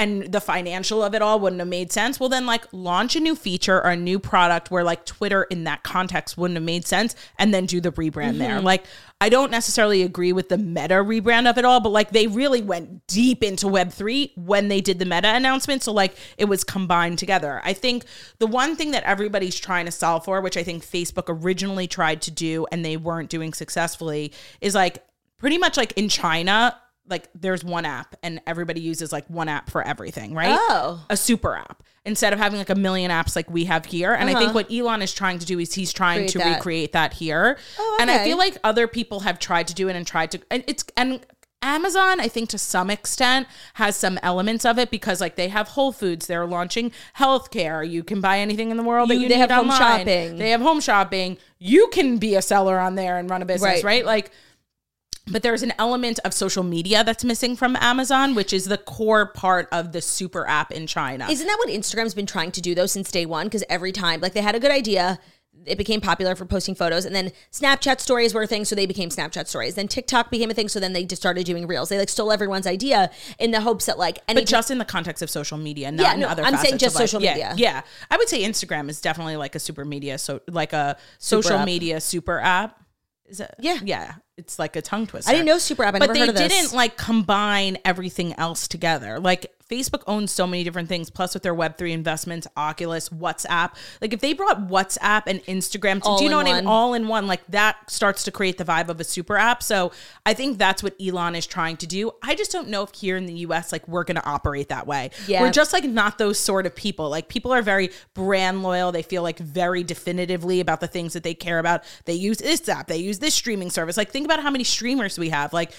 Speaker 3: And the financial of it all wouldn't have made sense. Well, then, like, launch a new feature or a new product where, like, Twitter in that context wouldn't have made sense, and then do the rebrand
Speaker 2: Mm-hmm.
Speaker 3: there. Like, I don't necessarily agree with the meta rebrand of it all, but like, they really went deep into Web3 when they did the meta announcement. So, like, it was combined together. I think the one thing that everybody's trying to solve for, which I think Facebook originally tried to do and they weren't doing successfully, is like pretty much like in China, like there's one app and everybody uses like one app for everything, right?
Speaker 2: Oh.
Speaker 3: A super app instead of having like a million apps like we have here. And I think what Elon is trying to do is he's trying
Speaker 2: Uh-huh. Create
Speaker 3: to
Speaker 2: that. Oh,
Speaker 3: recreate that here. And I
Speaker 2: okay.
Speaker 3: feel like like other people have tried to do it and tried to and it's and Amazon, I think to some extent, has some elements of it because like they have Whole Foods, they're launching healthcare. You can buy anything in the world that
Speaker 2: You-
Speaker 3: you
Speaker 2: they
Speaker 3: need
Speaker 2: have home
Speaker 3: online.
Speaker 2: shopping.
Speaker 3: They have home shopping. You can be a seller on there and run a business,
Speaker 2: Right.
Speaker 3: right? Like but there's an element of social media that's missing from Amazon, which is the core part of the super app in China.
Speaker 2: Isn't that what Instagram's been trying to do though since day one? Because every time, like they had a good idea, it became popular for posting photos, and then Snapchat stories were a thing, so they became Snapchat stories. Then TikTok became a thing, so then they just started doing reels. They like stole everyone's idea in the hopes that like any
Speaker 3: but just in the context of social media, not
Speaker 2: Yeah,
Speaker 3: in
Speaker 2: no,
Speaker 3: other.
Speaker 2: I'm saying
Speaker 3: facets
Speaker 2: just
Speaker 3: of life.
Speaker 2: social
Speaker 3: Yeah,
Speaker 2: media.
Speaker 3: Yeah, I would say Instagram is definitely like a super media, so like a social
Speaker 2: app.
Speaker 3: media super app. Is it?
Speaker 2: Yeah.
Speaker 3: yeah. It's like a tongue twister.
Speaker 2: I didn't know super app. I
Speaker 3: but
Speaker 2: never
Speaker 3: they
Speaker 2: heard of this.
Speaker 3: didn't like combine everything else together. Like Facebook owns so many different things. Plus, with their Web three investments, Oculus, WhatsApp. Like if they brought WhatsApp and Instagram, to,
Speaker 2: All
Speaker 3: do you know
Speaker 2: in
Speaker 3: what I
Speaker 2: one.
Speaker 3: mean? All in one. Like that starts to create the vibe of a super app. So I think that's what Elon is trying to do. I just don't know if here in the U.S. like we're going to operate that way.
Speaker 2: Yeah.
Speaker 3: We're just like not those sort of people. Like people are very brand loyal. They feel like very definitively about the things that they care about. They use this app. They use this streaming service. Like think about how many streamers we have. Like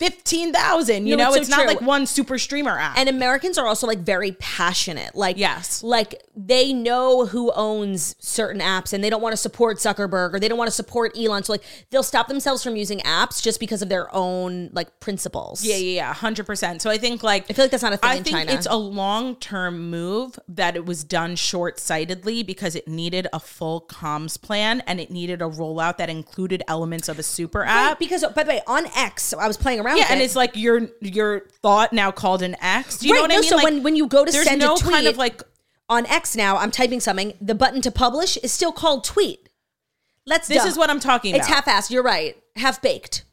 Speaker 3: fifteen thousand. You
Speaker 2: No,
Speaker 3: know,
Speaker 2: it's so
Speaker 3: it's, not
Speaker 2: true.
Speaker 3: like one super streamer app.
Speaker 2: and Americans are also like very passionate. Like
Speaker 3: Yes.
Speaker 2: like they know who owns certain apps, and they don't want to support Zuckerberg or they don't want to support Elon. So like they'll stop themselves from using apps just because of their own like principles.
Speaker 3: yeah, yeah, yeah, hundred percent. So I think like
Speaker 2: I feel like that's not a thing
Speaker 3: I
Speaker 2: in
Speaker 3: think
Speaker 2: China.
Speaker 3: it's a long term move that it was done short sightedly because it needed a full comms plan and it needed a rollout that included elements of a super app.
Speaker 2: Right, Uh, because by the way, on X, so I was playing around.
Speaker 3: Yeah,
Speaker 2: with
Speaker 3: and
Speaker 2: it.
Speaker 3: it's like your your thought now called an X. Do you
Speaker 2: Right,
Speaker 3: know what
Speaker 2: no,
Speaker 3: I mean?
Speaker 2: so
Speaker 3: Like,
Speaker 2: when- when you go to
Speaker 3: there's
Speaker 2: send a
Speaker 3: no kind
Speaker 2: tweet-
Speaker 3: of like
Speaker 2: on X now. I'm typing something. The button to publish is still called tweet. Let's.
Speaker 3: this
Speaker 2: dump.
Speaker 3: is what I'm talking about.
Speaker 2: It's half-assed. You're right. Half baked.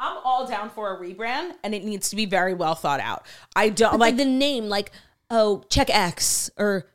Speaker 3: I'm all down for a rebrand, and it needs to be very well thought out. I don't
Speaker 2: But
Speaker 3: like.
Speaker 2: like the name, like oh, check X or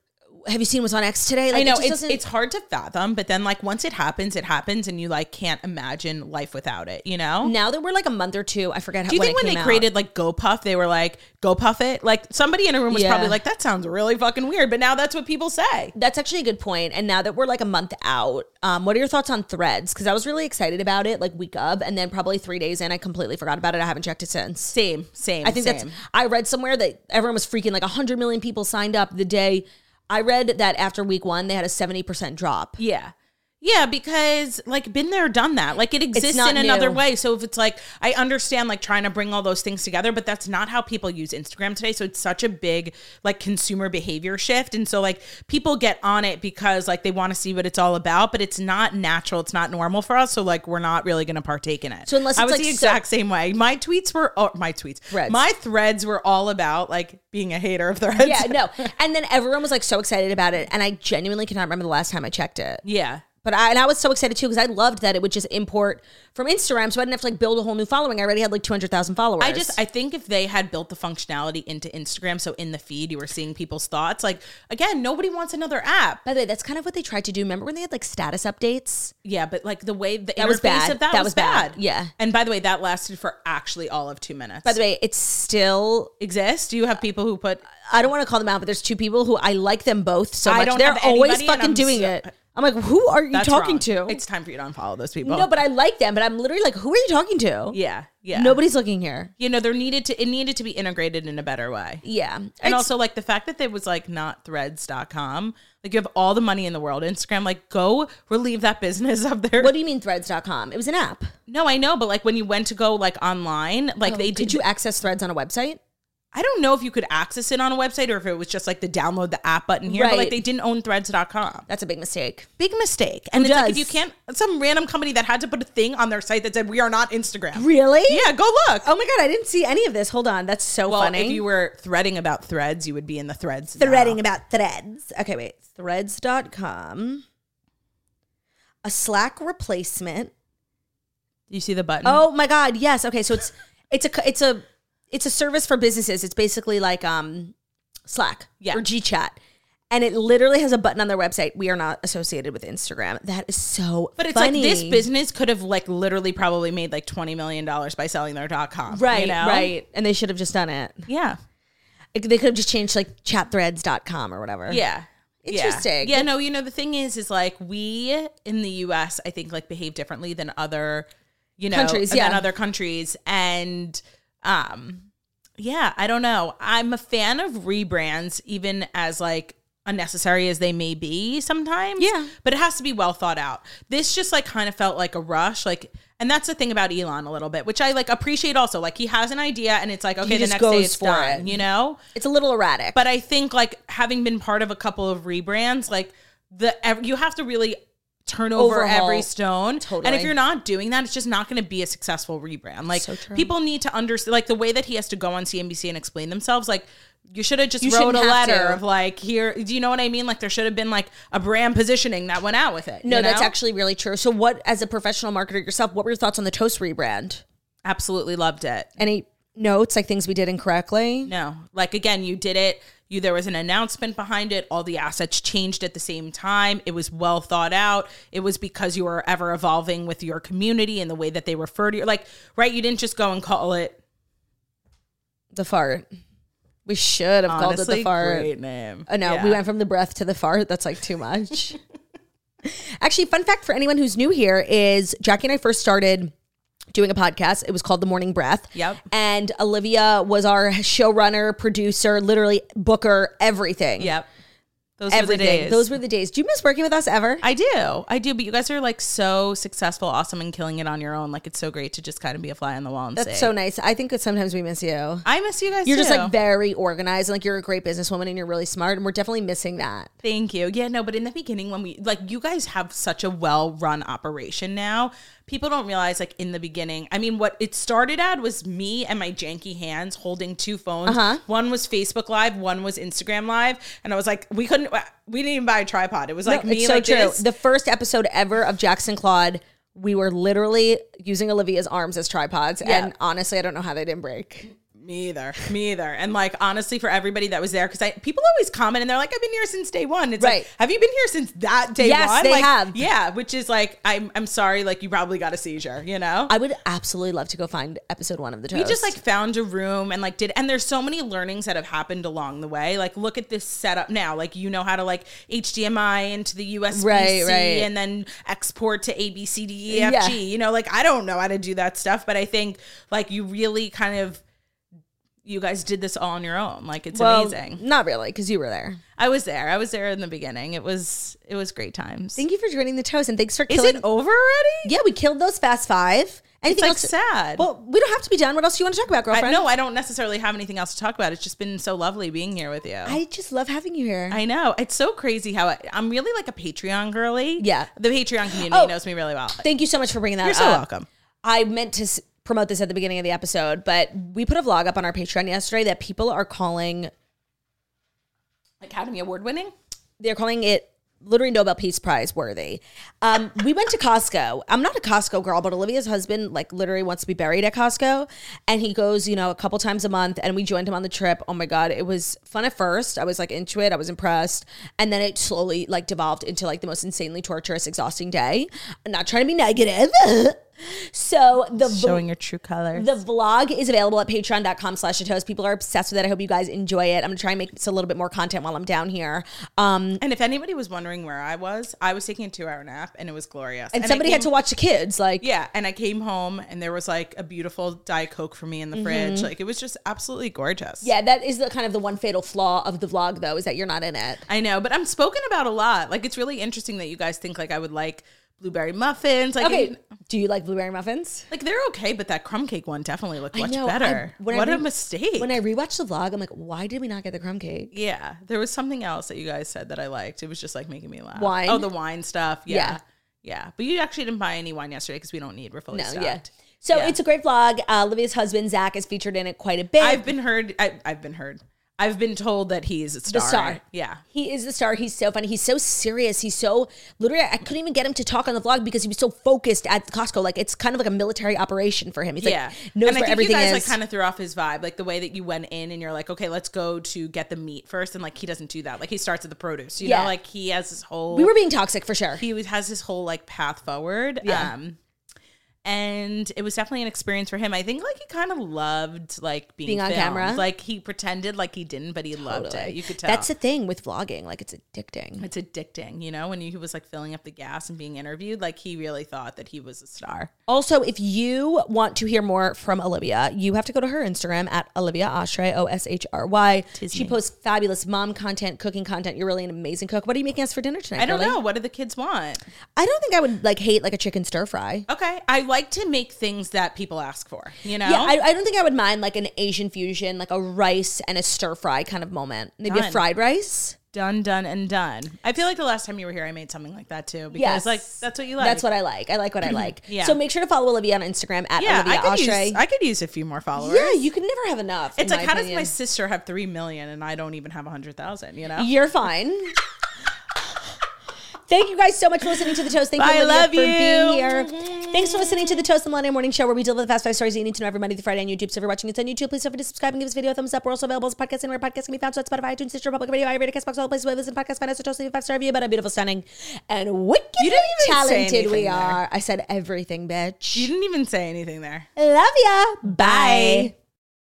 Speaker 2: have you seen what's on X today? Like,
Speaker 3: I know
Speaker 2: it just
Speaker 3: it's
Speaker 2: doesn't-
Speaker 3: it's hard to fathom, but then like once it happens, it happens, and you like can't imagine life without it. You know.
Speaker 2: now that we're like a month or two. I forget.
Speaker 3: Do you
Speaker 2: when
Speaker 3: think
Speaker 2: it
Speaker 3: when
Speaker 2: came
Speaker 3: they
Speaker 2: out.
Speaker 3: created like GoPuff, they were like GoPuff it? Like somebody in a room was
Speaker 2: Yeah.
Speaker 3: probably like, "That sounds really fucking weird," but now that's what people say.
Speaker 2: That's actually a good point. And now that we're like a month out, um, what are your thoughts on Threads? Because I was really excited about it like week up, and then probably three days in, I completely forgot about it. I haven't checked it since.
Speaker 3: Same, same.
Speaker 2: I think
Speaker 3: same.
Speaker 2: that's. I read somewhere that everyone was freaking like 100 million people signed up the day. I read that after week one, they had a 70% drop.
Speaker 3: Yeah. Yeah, because like been there, done that. Like it exists
Speaker 2: not
Speaker 3: in another
Speaker 2: new.
Speaker 3: way. So if it's like I understand like trying to bring all those things together, but that's not how people use Instagram today. So it's such a big like consumer behavior shift. And so like people get on it because like they want to see what it's all about, but it's not natural. It's not normal for us. So like we're not really gonna partake in it.
Speaker 2: So unless
Speaker 3: I
Speaker 2: it's,
Speaker 3: was
Speaker 2: like,
Speaker 3: the
Speaker 2: so-
Speaker 3: exact same way. My tweets were oh, my tweets.
Speaker 2: Threads.
Speaker 3: My threads were all about like being a hater of threads.
Speaker 2: (laughs) Yeah, no. And then everyone was like so excited about it. And I genuinely cannot remember the last time I checked it.
Speaker 3: (laughs) Yeah.
Speaker 2: But I, and I was so excited too because I loved that it would just import from Instagram. So I didn't have to like build a whole new following. I already had like 200,000 followers.
Speaker 3: I just I think if they had built the functionality into Instagram, so in the feed you were seeing people's thoughts. Like again, nobody wants another app.
Speaker 2: By the way, that's kind of what they tried to do. Remember when they had like status updates?
Speaker 3: Yeah, but like the way the
Speaker 2: That
Speaker 3: interface
Speaker 2: was bad.
Speaker 3: of that, was, bad.
Speaker 2: Yeah.
Speaker 3: And by the way, that lasted for actually all of two minutes.
Speaker 2: By the way, it's still,
Speaker 3: exists. Do you have people who put?
Speaker 2: I don't want to call them out, but there's two people who I like them both so
Speaker 3: I
Speaker 2: much.
Speaker 3: don't
Speaker 2: They're
Speaker 3: have
Speaker 2: always
Speaker 3: anybody, and
Speaker 2: fucking
Speaker 3: I'm
Speaker 2: doing
Speaker 3: so-
Speaker 2: it. I'm like, who are you
Speaker 3: That's
Speaker 2: talking
Speaker 3: wrong.
Speaker 2: to?
Speaker 3: It's time for you to unfollow those people.
Speaker 2: no, but I like them, but I'm literally like, who are you talking to?
Speaker 3: yeah, yeah.
Speaker 2: Nobody's looking here.
Speaker 3: You know, there needed to it needed to be integrated in a better way.
Speaker 2: Yeah. And
Speaker 3: And also like the fact that it was like not threads.com. Like you have all the money in the world. Instagram, like go relieve that business (laughs) of their
Speaker 2: what do you mean threads.com? It was an app.
Speaker 3: No, I know, but like when you went to go like online, like they
Speaker 2: Did
Speaker 3: did.
Speaker 2: Oh, you access threads on a website?
Speaker 3: I don't know if you could access it on a website or if it was just like the download the app button here, but
Speaker 2: Right.
Speaker 3: like they didn't own threads.com.
Speaker 2: That's a big mistake.
Speaker 3: Big mistake. And
Speaker 2: Who
Speaker 3: it's like if
Speaker 2: does?
Speaker 3: you can't, some random company that had to put a thing on their site that said, we are not Instagram.
Speaker 2: Really?
Speaker 3: Yeah, go look.
Speaker 2: Oh my god, I didn't see any of this. Hold on, that's so
Speaker 3: well,
Speaker 2: funny.
Speaker 3: if you were threading about threads, you would be in the threads. now.
Speaker 2: threading about threads. Okay, wait. Threads.com. A Slack replacement.
Speaker 3: You see the button?
Speaker 2: Oh my god, yes. Okay, so it's it's a co- it's a it's a service for businesses. It's basically like um Slack
Speaker 3: Yeah.
Speaker 2: or GChat. And it literally has a button on their website. We are not associated with Instagram. That is so
Speaker 3: But it's
Speaker 2: funny.
Speaker 3: like this business could have like literally probably made like $20 million by selling their dot com.
Speaker 2: Right,
Speaker 3: you know?
Speaker 2: right. And they should have just done it.
Speaker 3: Yeah.
Speaker 2: It- They could have just changed like chatthreads.com or whatever.
Speaker 3: Yeah. Yeah.
Speaker 2: Interesting.
Speaker 3: Yeah. no, you know, the thing is, is like we in the US, I think like behave differently than other, you know,
Speaker 2: Countries,
Speaker 3: than
Speaker 2: yeah.
Speaker 3: other countries. And um yeah, I don't know. I'm a fan of rebrands, even as like unnecessary as they may be sometimes.
Speaker 2: Yeah.
Speaker 3: But it has to be well thought out. This just like kind of felt like a rush. Like and that's the thing about Elon a little bit, which I like appreciate also. Like he has an idea and it's like, okay, the
Speaker 2: just
Speaker 3: next day
Speaker 2: goes
Speaker 3: it's
Speaker 2: for
Speaker 3: done.
Speaker 2: it.
Speaker 3: You know?
Speaker 2: It's a little erratic.
Speaker 3: but I think like having been part of a couple of rebrands, like the ev- you have to really turn over
Speaker 2: Overhaul.
Speaker 3: every stone. And
Speaker 2: Totally.
Speaker 3: if you're not doing that, it's just not going to be a successful rebrand. Like
Speaker 2: So true.
Speaker 3: people need to understand, like the way that he has to go on CNBC and explain themselves, like. You should have just
Speaker 2: You
Speaker 3: wrote
Speaker 2: shouldn't
Speaker 3: a
Speaker 2: have
Speaker 3: letter
Speaker 2: to.
Speaker 3: of like here. Do you know what I mean? Like there should have been like a brand positioning that went out with it.
Speaker 2: No,
Speaker 3: you
Speaker 2: that's
Speaker 3: know?
Speaker 2: actually really true. So, what as a professional marketer yourself, what were your thoughts on the Toast rebrand?
Speaker 3: absolutely loved it.
Speaker 2: Any notes like things we did incorrectly?
Speaker 3: No, like again, you did it. You there was an announcement behind it. All the assets changed at the same time. It was well thought out. It was because you were ever evolving with your community and the way that they refer to you. Like, right? You didn't just go and call it
Speaker 2: The fart. We should have called it
Speaker 3: honestly
Speaker 2: the fart.
Speaker 3: great name.
Speaker 2: Oh no,
Speaker 3: Yeah.
Speaker 2: we went from the breath to the fart. That's like too much. (laughs) Actually, fun fact for anyone who's new here is Jackie and I first started doing a podcast. It was called The Morning Breath.
Speaker 3: Yep.
Speaker 2: And Olivia was our showrunner, producer, literally booker, everything.
Speaker 3: Yep, those
Speaker 2: Everything.
Speaker 3: Were the days.
Speaker 2: Those were the days. Do you miss working with us ever?
Speaker 3: I do, I do. But you guys are like so successful, awesome, and killing it on your own. Like it's so great to just kind of be a fly on the wall and
Speaker 2: That's
Speaker 3: see.
Speaker 2: so nice. I think that sometimes we miss you.
Speaker 3: I miss you guys.
Speaker 2: You're just
Speaker 3: too.
Speaker 2: like very organized and like you're a great businesswoman and you're really smart and we're definitely missing that.
Speaker 3: Thank you. Yeah, no, but in the beginning, when we like, you guys have such a well run operation now. People don't realize, like, in the beginning, I mean, what it started at was me and my janky hands holding two phones.
Speaker 2: Uh-huh.
Speaker 3: One was Facebook Live, one was Instagram Live. And I was like, we couldn't, uh, we didn't even buy a tripod. It was like
Speaker 2: No,
Speaker 3: me, like, this.
Speaker 2: The first episode ever of Jackson Claude, we were literally using Olivia's arms as tripods. And honestly, I don't know how they didn't break.
Speaker 3: me either. Me either. And like, honestly, for everybody that was there, because I people always comment and they're like, I've been here since day one. It's
Speaker 2: Right.
Speaker 3: like, have you been here since that day
Speaker 2: Yes,
Speaker 3: one?
Speaker 2: they
Speaker 3: Like,
Speaker 2: have.
Speaker 3: Yeah, which is like, I'm, I'm sorry, like, you probably got a seizure, you know?
Speaker 2: I would absolutely love to go find episode one of the toast.
Speaker 3: We just like found a room and like did, and there's so many learnings that have happened along the way. Like, look at this setup now. Like, you know how to like HDMI into the USB,
Speaker 2: Right, right.
Speaker 3: and then export to A B C D E F G.
Speaker 2: Yeah.
Speaker 3: You know, like I don't know how to do that stuff, but I think like you really kind of you guys did this all on your own. Like it's
Speaker 2: Well,
Speaker 3: amazing.
Speaker 2: Not really, because you were there.
Speaker 3: I was there. I was there in the beginning. It was it was great times.
Speaker 2: Thank you for joining the toast, and thanks for
Speaker 3: Is
Speaker 2: killing. Oh,
Speaker 3: it over already?
Speaker 2: yeah, we killed those fast five.
Speaker 3: It's
Speaker 2: Anything
Speaker 3: like
Speaker 2: else?
Speaker 3: sad.
Speaker 2: Well, we don't have to be done. What else do you want to talk about, girlfriend?
Speaker 3: I, no, I don't necessarily have anything else to talk about. It's just been so lovely being here with you.
Speaker 2: I just love having you here.
Speaker 3: I know. It's so crazy how I, I'm really like a Patreon girly.
Speaker 2: Yeah.
Speaker 3: The Patreon community
Speaker 2: Oh. uh,
Speaker 3: knows me really well.
Speaker 2: Thank you so much for bringing that.
Speaker 3: You're so
Speaker 2: up.
Speaker 3: welcome.
Speaker 2: I meant to s- promote this at the beginning of the episode, but we put a vlog up on our Patreon yesterday that people are calling
Speaker 3: Academy Award winning?
Speaker 2: they're calling it literally Nobel Peace Prize worthy. Um, we went to Costco. I'm not a Costco girl, but Olivia's husband like literally wants to be buried at Costco, and he goes, you know, a couple times a month. And we joined him on the trip. Oh my god, it was fun at first. I was like into it. I was impressed, and then it slowly like devolved into like the most insanely torturous, exhausting day. I'm not trying to be negative. (laughs) so the
Speaker 3: Showing your true colors.
Speaker 2: the vlog is available at patreon.com slash a toast. People are obsessed with it. I hope you guys enjoy it. I'm gonna try and make this a little bit more content while I'm down here. Um,
Speaker 3: and if anybody was wondering where I was, I was taking a two hour nap and it was glorious.
Speaker 2: and,
Speaker 3: I
Speaker 2: somebody had
Speaker 3: came-
Speaker 2: to watch the kids. Like,
Speaker 3: Yeah, and I came home and there was like a beautiful Diet Coke for me in the fridge. Like it was just absolutely gorgeous.
Speaker 2: Mm-hmm. yeah, that is the kind of the one fatal flaw of the vlog, though, is that you're not in it.
Speaker 3: I know, but I'm spoken about a lot. Like it's really interesting that you guys think like I would like blueberry muffins. Like
Speaker 2: Okay,
Speaker 3: even-
Speaker 2: do you like blueberry muffins?
Speaker 3: like they're okay, but that crumb cake one definitely looked much
Speaker 2: know, I-
Speaker 3: better.
Speaker 2: when I
Speaker 3: what a
Speaker 2: re-
Speaker 3: mistake.
Speaker 2: When I rewatched the vlog, I'm like, why did we not get the crumb cake?
Speaker 3: yeah, there was something else that you guys said that I liked. It was just like making me laugh.
Speaker 2: Wine?
Speaker 3: Oh, the wine stuff. Yeah.
Speaker 2: Yeah.
Speaker 3: Yeah. But you actually didn't buy any wine yesterday because we don't need. We're fully
Speaker 2: No,
Speaker 3: stocked.
Speaker 2: yeah. So
Speaker 3: Yeah.
Speaker 2: it's a great vlog. Uh, Olivia's husband Zach is featured in it quite a bit.
Speaker 3: I've been heard. I, I've been heard. I've been told that he's a
Speaker 2: the
Speaker 3: star.
Speaker 2: star.
Speaker 3: Yeah.
Speaker 2: He is the star. He's so funny. He's so serious. He's so literally I couldn't even get him to talk on the vlog because he was so focused at Costco. Like it's kind of like a military operation for him. He's
Speaker 3: yeah.
Speaker 2: like knows
Speaker 3: and I
Speaker 2: where
Speaker 3: think
Speaker 2: everything
Speaker 3: you guys
Speaker 2: is.
Speaker 3: like kind of threw off his vibe, like the way that you went in and you're like, okay, let's go to get the meat first, and like he doesn't do that. Like he starts at the produce. You
Speaker 2: Yeah.
Speaker 3: know, like he has his whole.
Speaker 2: we were being toxic for sure.
Speaker 3: he was- has his whole like path forward.
Speaker 2: Yeah.
Speaker 3: Um, and it was definitely an experience for him. I think like he kind of loved like being,
Speaker 2: Being on
Speaker 3: filmed.
Speaker 2: camera?
Speaker 3: Like he pretended like he didn't, but he loved it.
Speaker 2: Totally.
Speaker 3: You could tell.
Speaker 2: That's the thing with vlogging. Like it's addicting.
Speaker 3: it's addicting, you know, when he was like filling up the gas and being interviewed, like he really thought that he was a star.
Speaker 2: Also, if you want to hear more from Olivia, you have to go to her Instagram at Olivia Oshry, O S H R Y. She posts fabulous mom content, cooking content. You're really an amazing cook. What are you making us for dinner tonight?
Speaker 3: I don't
Speaker 2: girly?
Speaker 3: know. What do the kids want?
Speaker 2: I don't think I would like hate like a chicken stir fry.
Speaker 3: Okay. I like to make things that people ask for, you know?
Speaker 2: Yeah, I, I don't think I would mind like an Asian fusion, like a rice and a stir fry kind of moment. Maybe a
Speaker 3: Done.
Speaker 2: fried rice.
Speaker 3: done, done, and done. I feel like the last time you were here, I made something like that too. Because
Speaker 2: Yes.
Speaker 3: like that's what you like.
Speaker 2: That's what I like. I
Speaker 3: (clears throat)
Speaker 2: like what I like.
Speaker 3: Yeah.
Speaker 2: So make sure to follow Olivia on Instagram at
Speaker 3: yeah,
Speaker 2: Olivia
Speaker 3: I could
Speaker 2: Ashray.
Speaker 3: use I could use a few more followers.
Speaker 2: yeah, you can never have enough.
Speaker 3: It's
Speaker 2: in
Speaker 3: like,
Speaker 2: my
Speaker 3: how does my
Speaker 2: opinion.
Speaker 3: sister have 3 million and I don't even have 100,000, you know?
Speaker 2: You're fine. Thank you guys so much for listening to The Toast. Thank
Speaker 3: Bye,
Speaker 2: you, Olivia,
Speaker 3: love
Speaker 2: for being
Speaker 3: you.
Speaker 2: here. Thanks for listening to The Toast, the Monday Morning Show, where we deliver the fast five stories you need to know every Monday through Friday on YouTube. So if you're watching us on YouTube, please don't forget to subscribe and give this video a thumbs up. We're also available as a podcast anywhere podcasts can be found. So that's Spotify, iTunes, Stitcher, Public Radio, iRadio, Castbox, all the places where you listen to podcasts. Find us at Toast, leave a five-star review about how beautiful, stunning, and wicked
Speaker 3: You didn't even say
Speaker 2: talented we
Speaker 3: anything
Speaker 2: are. I said everything, bitch.
Speaker 3: You didn't even say anything there.
Speaker 2: Love ya. Bye.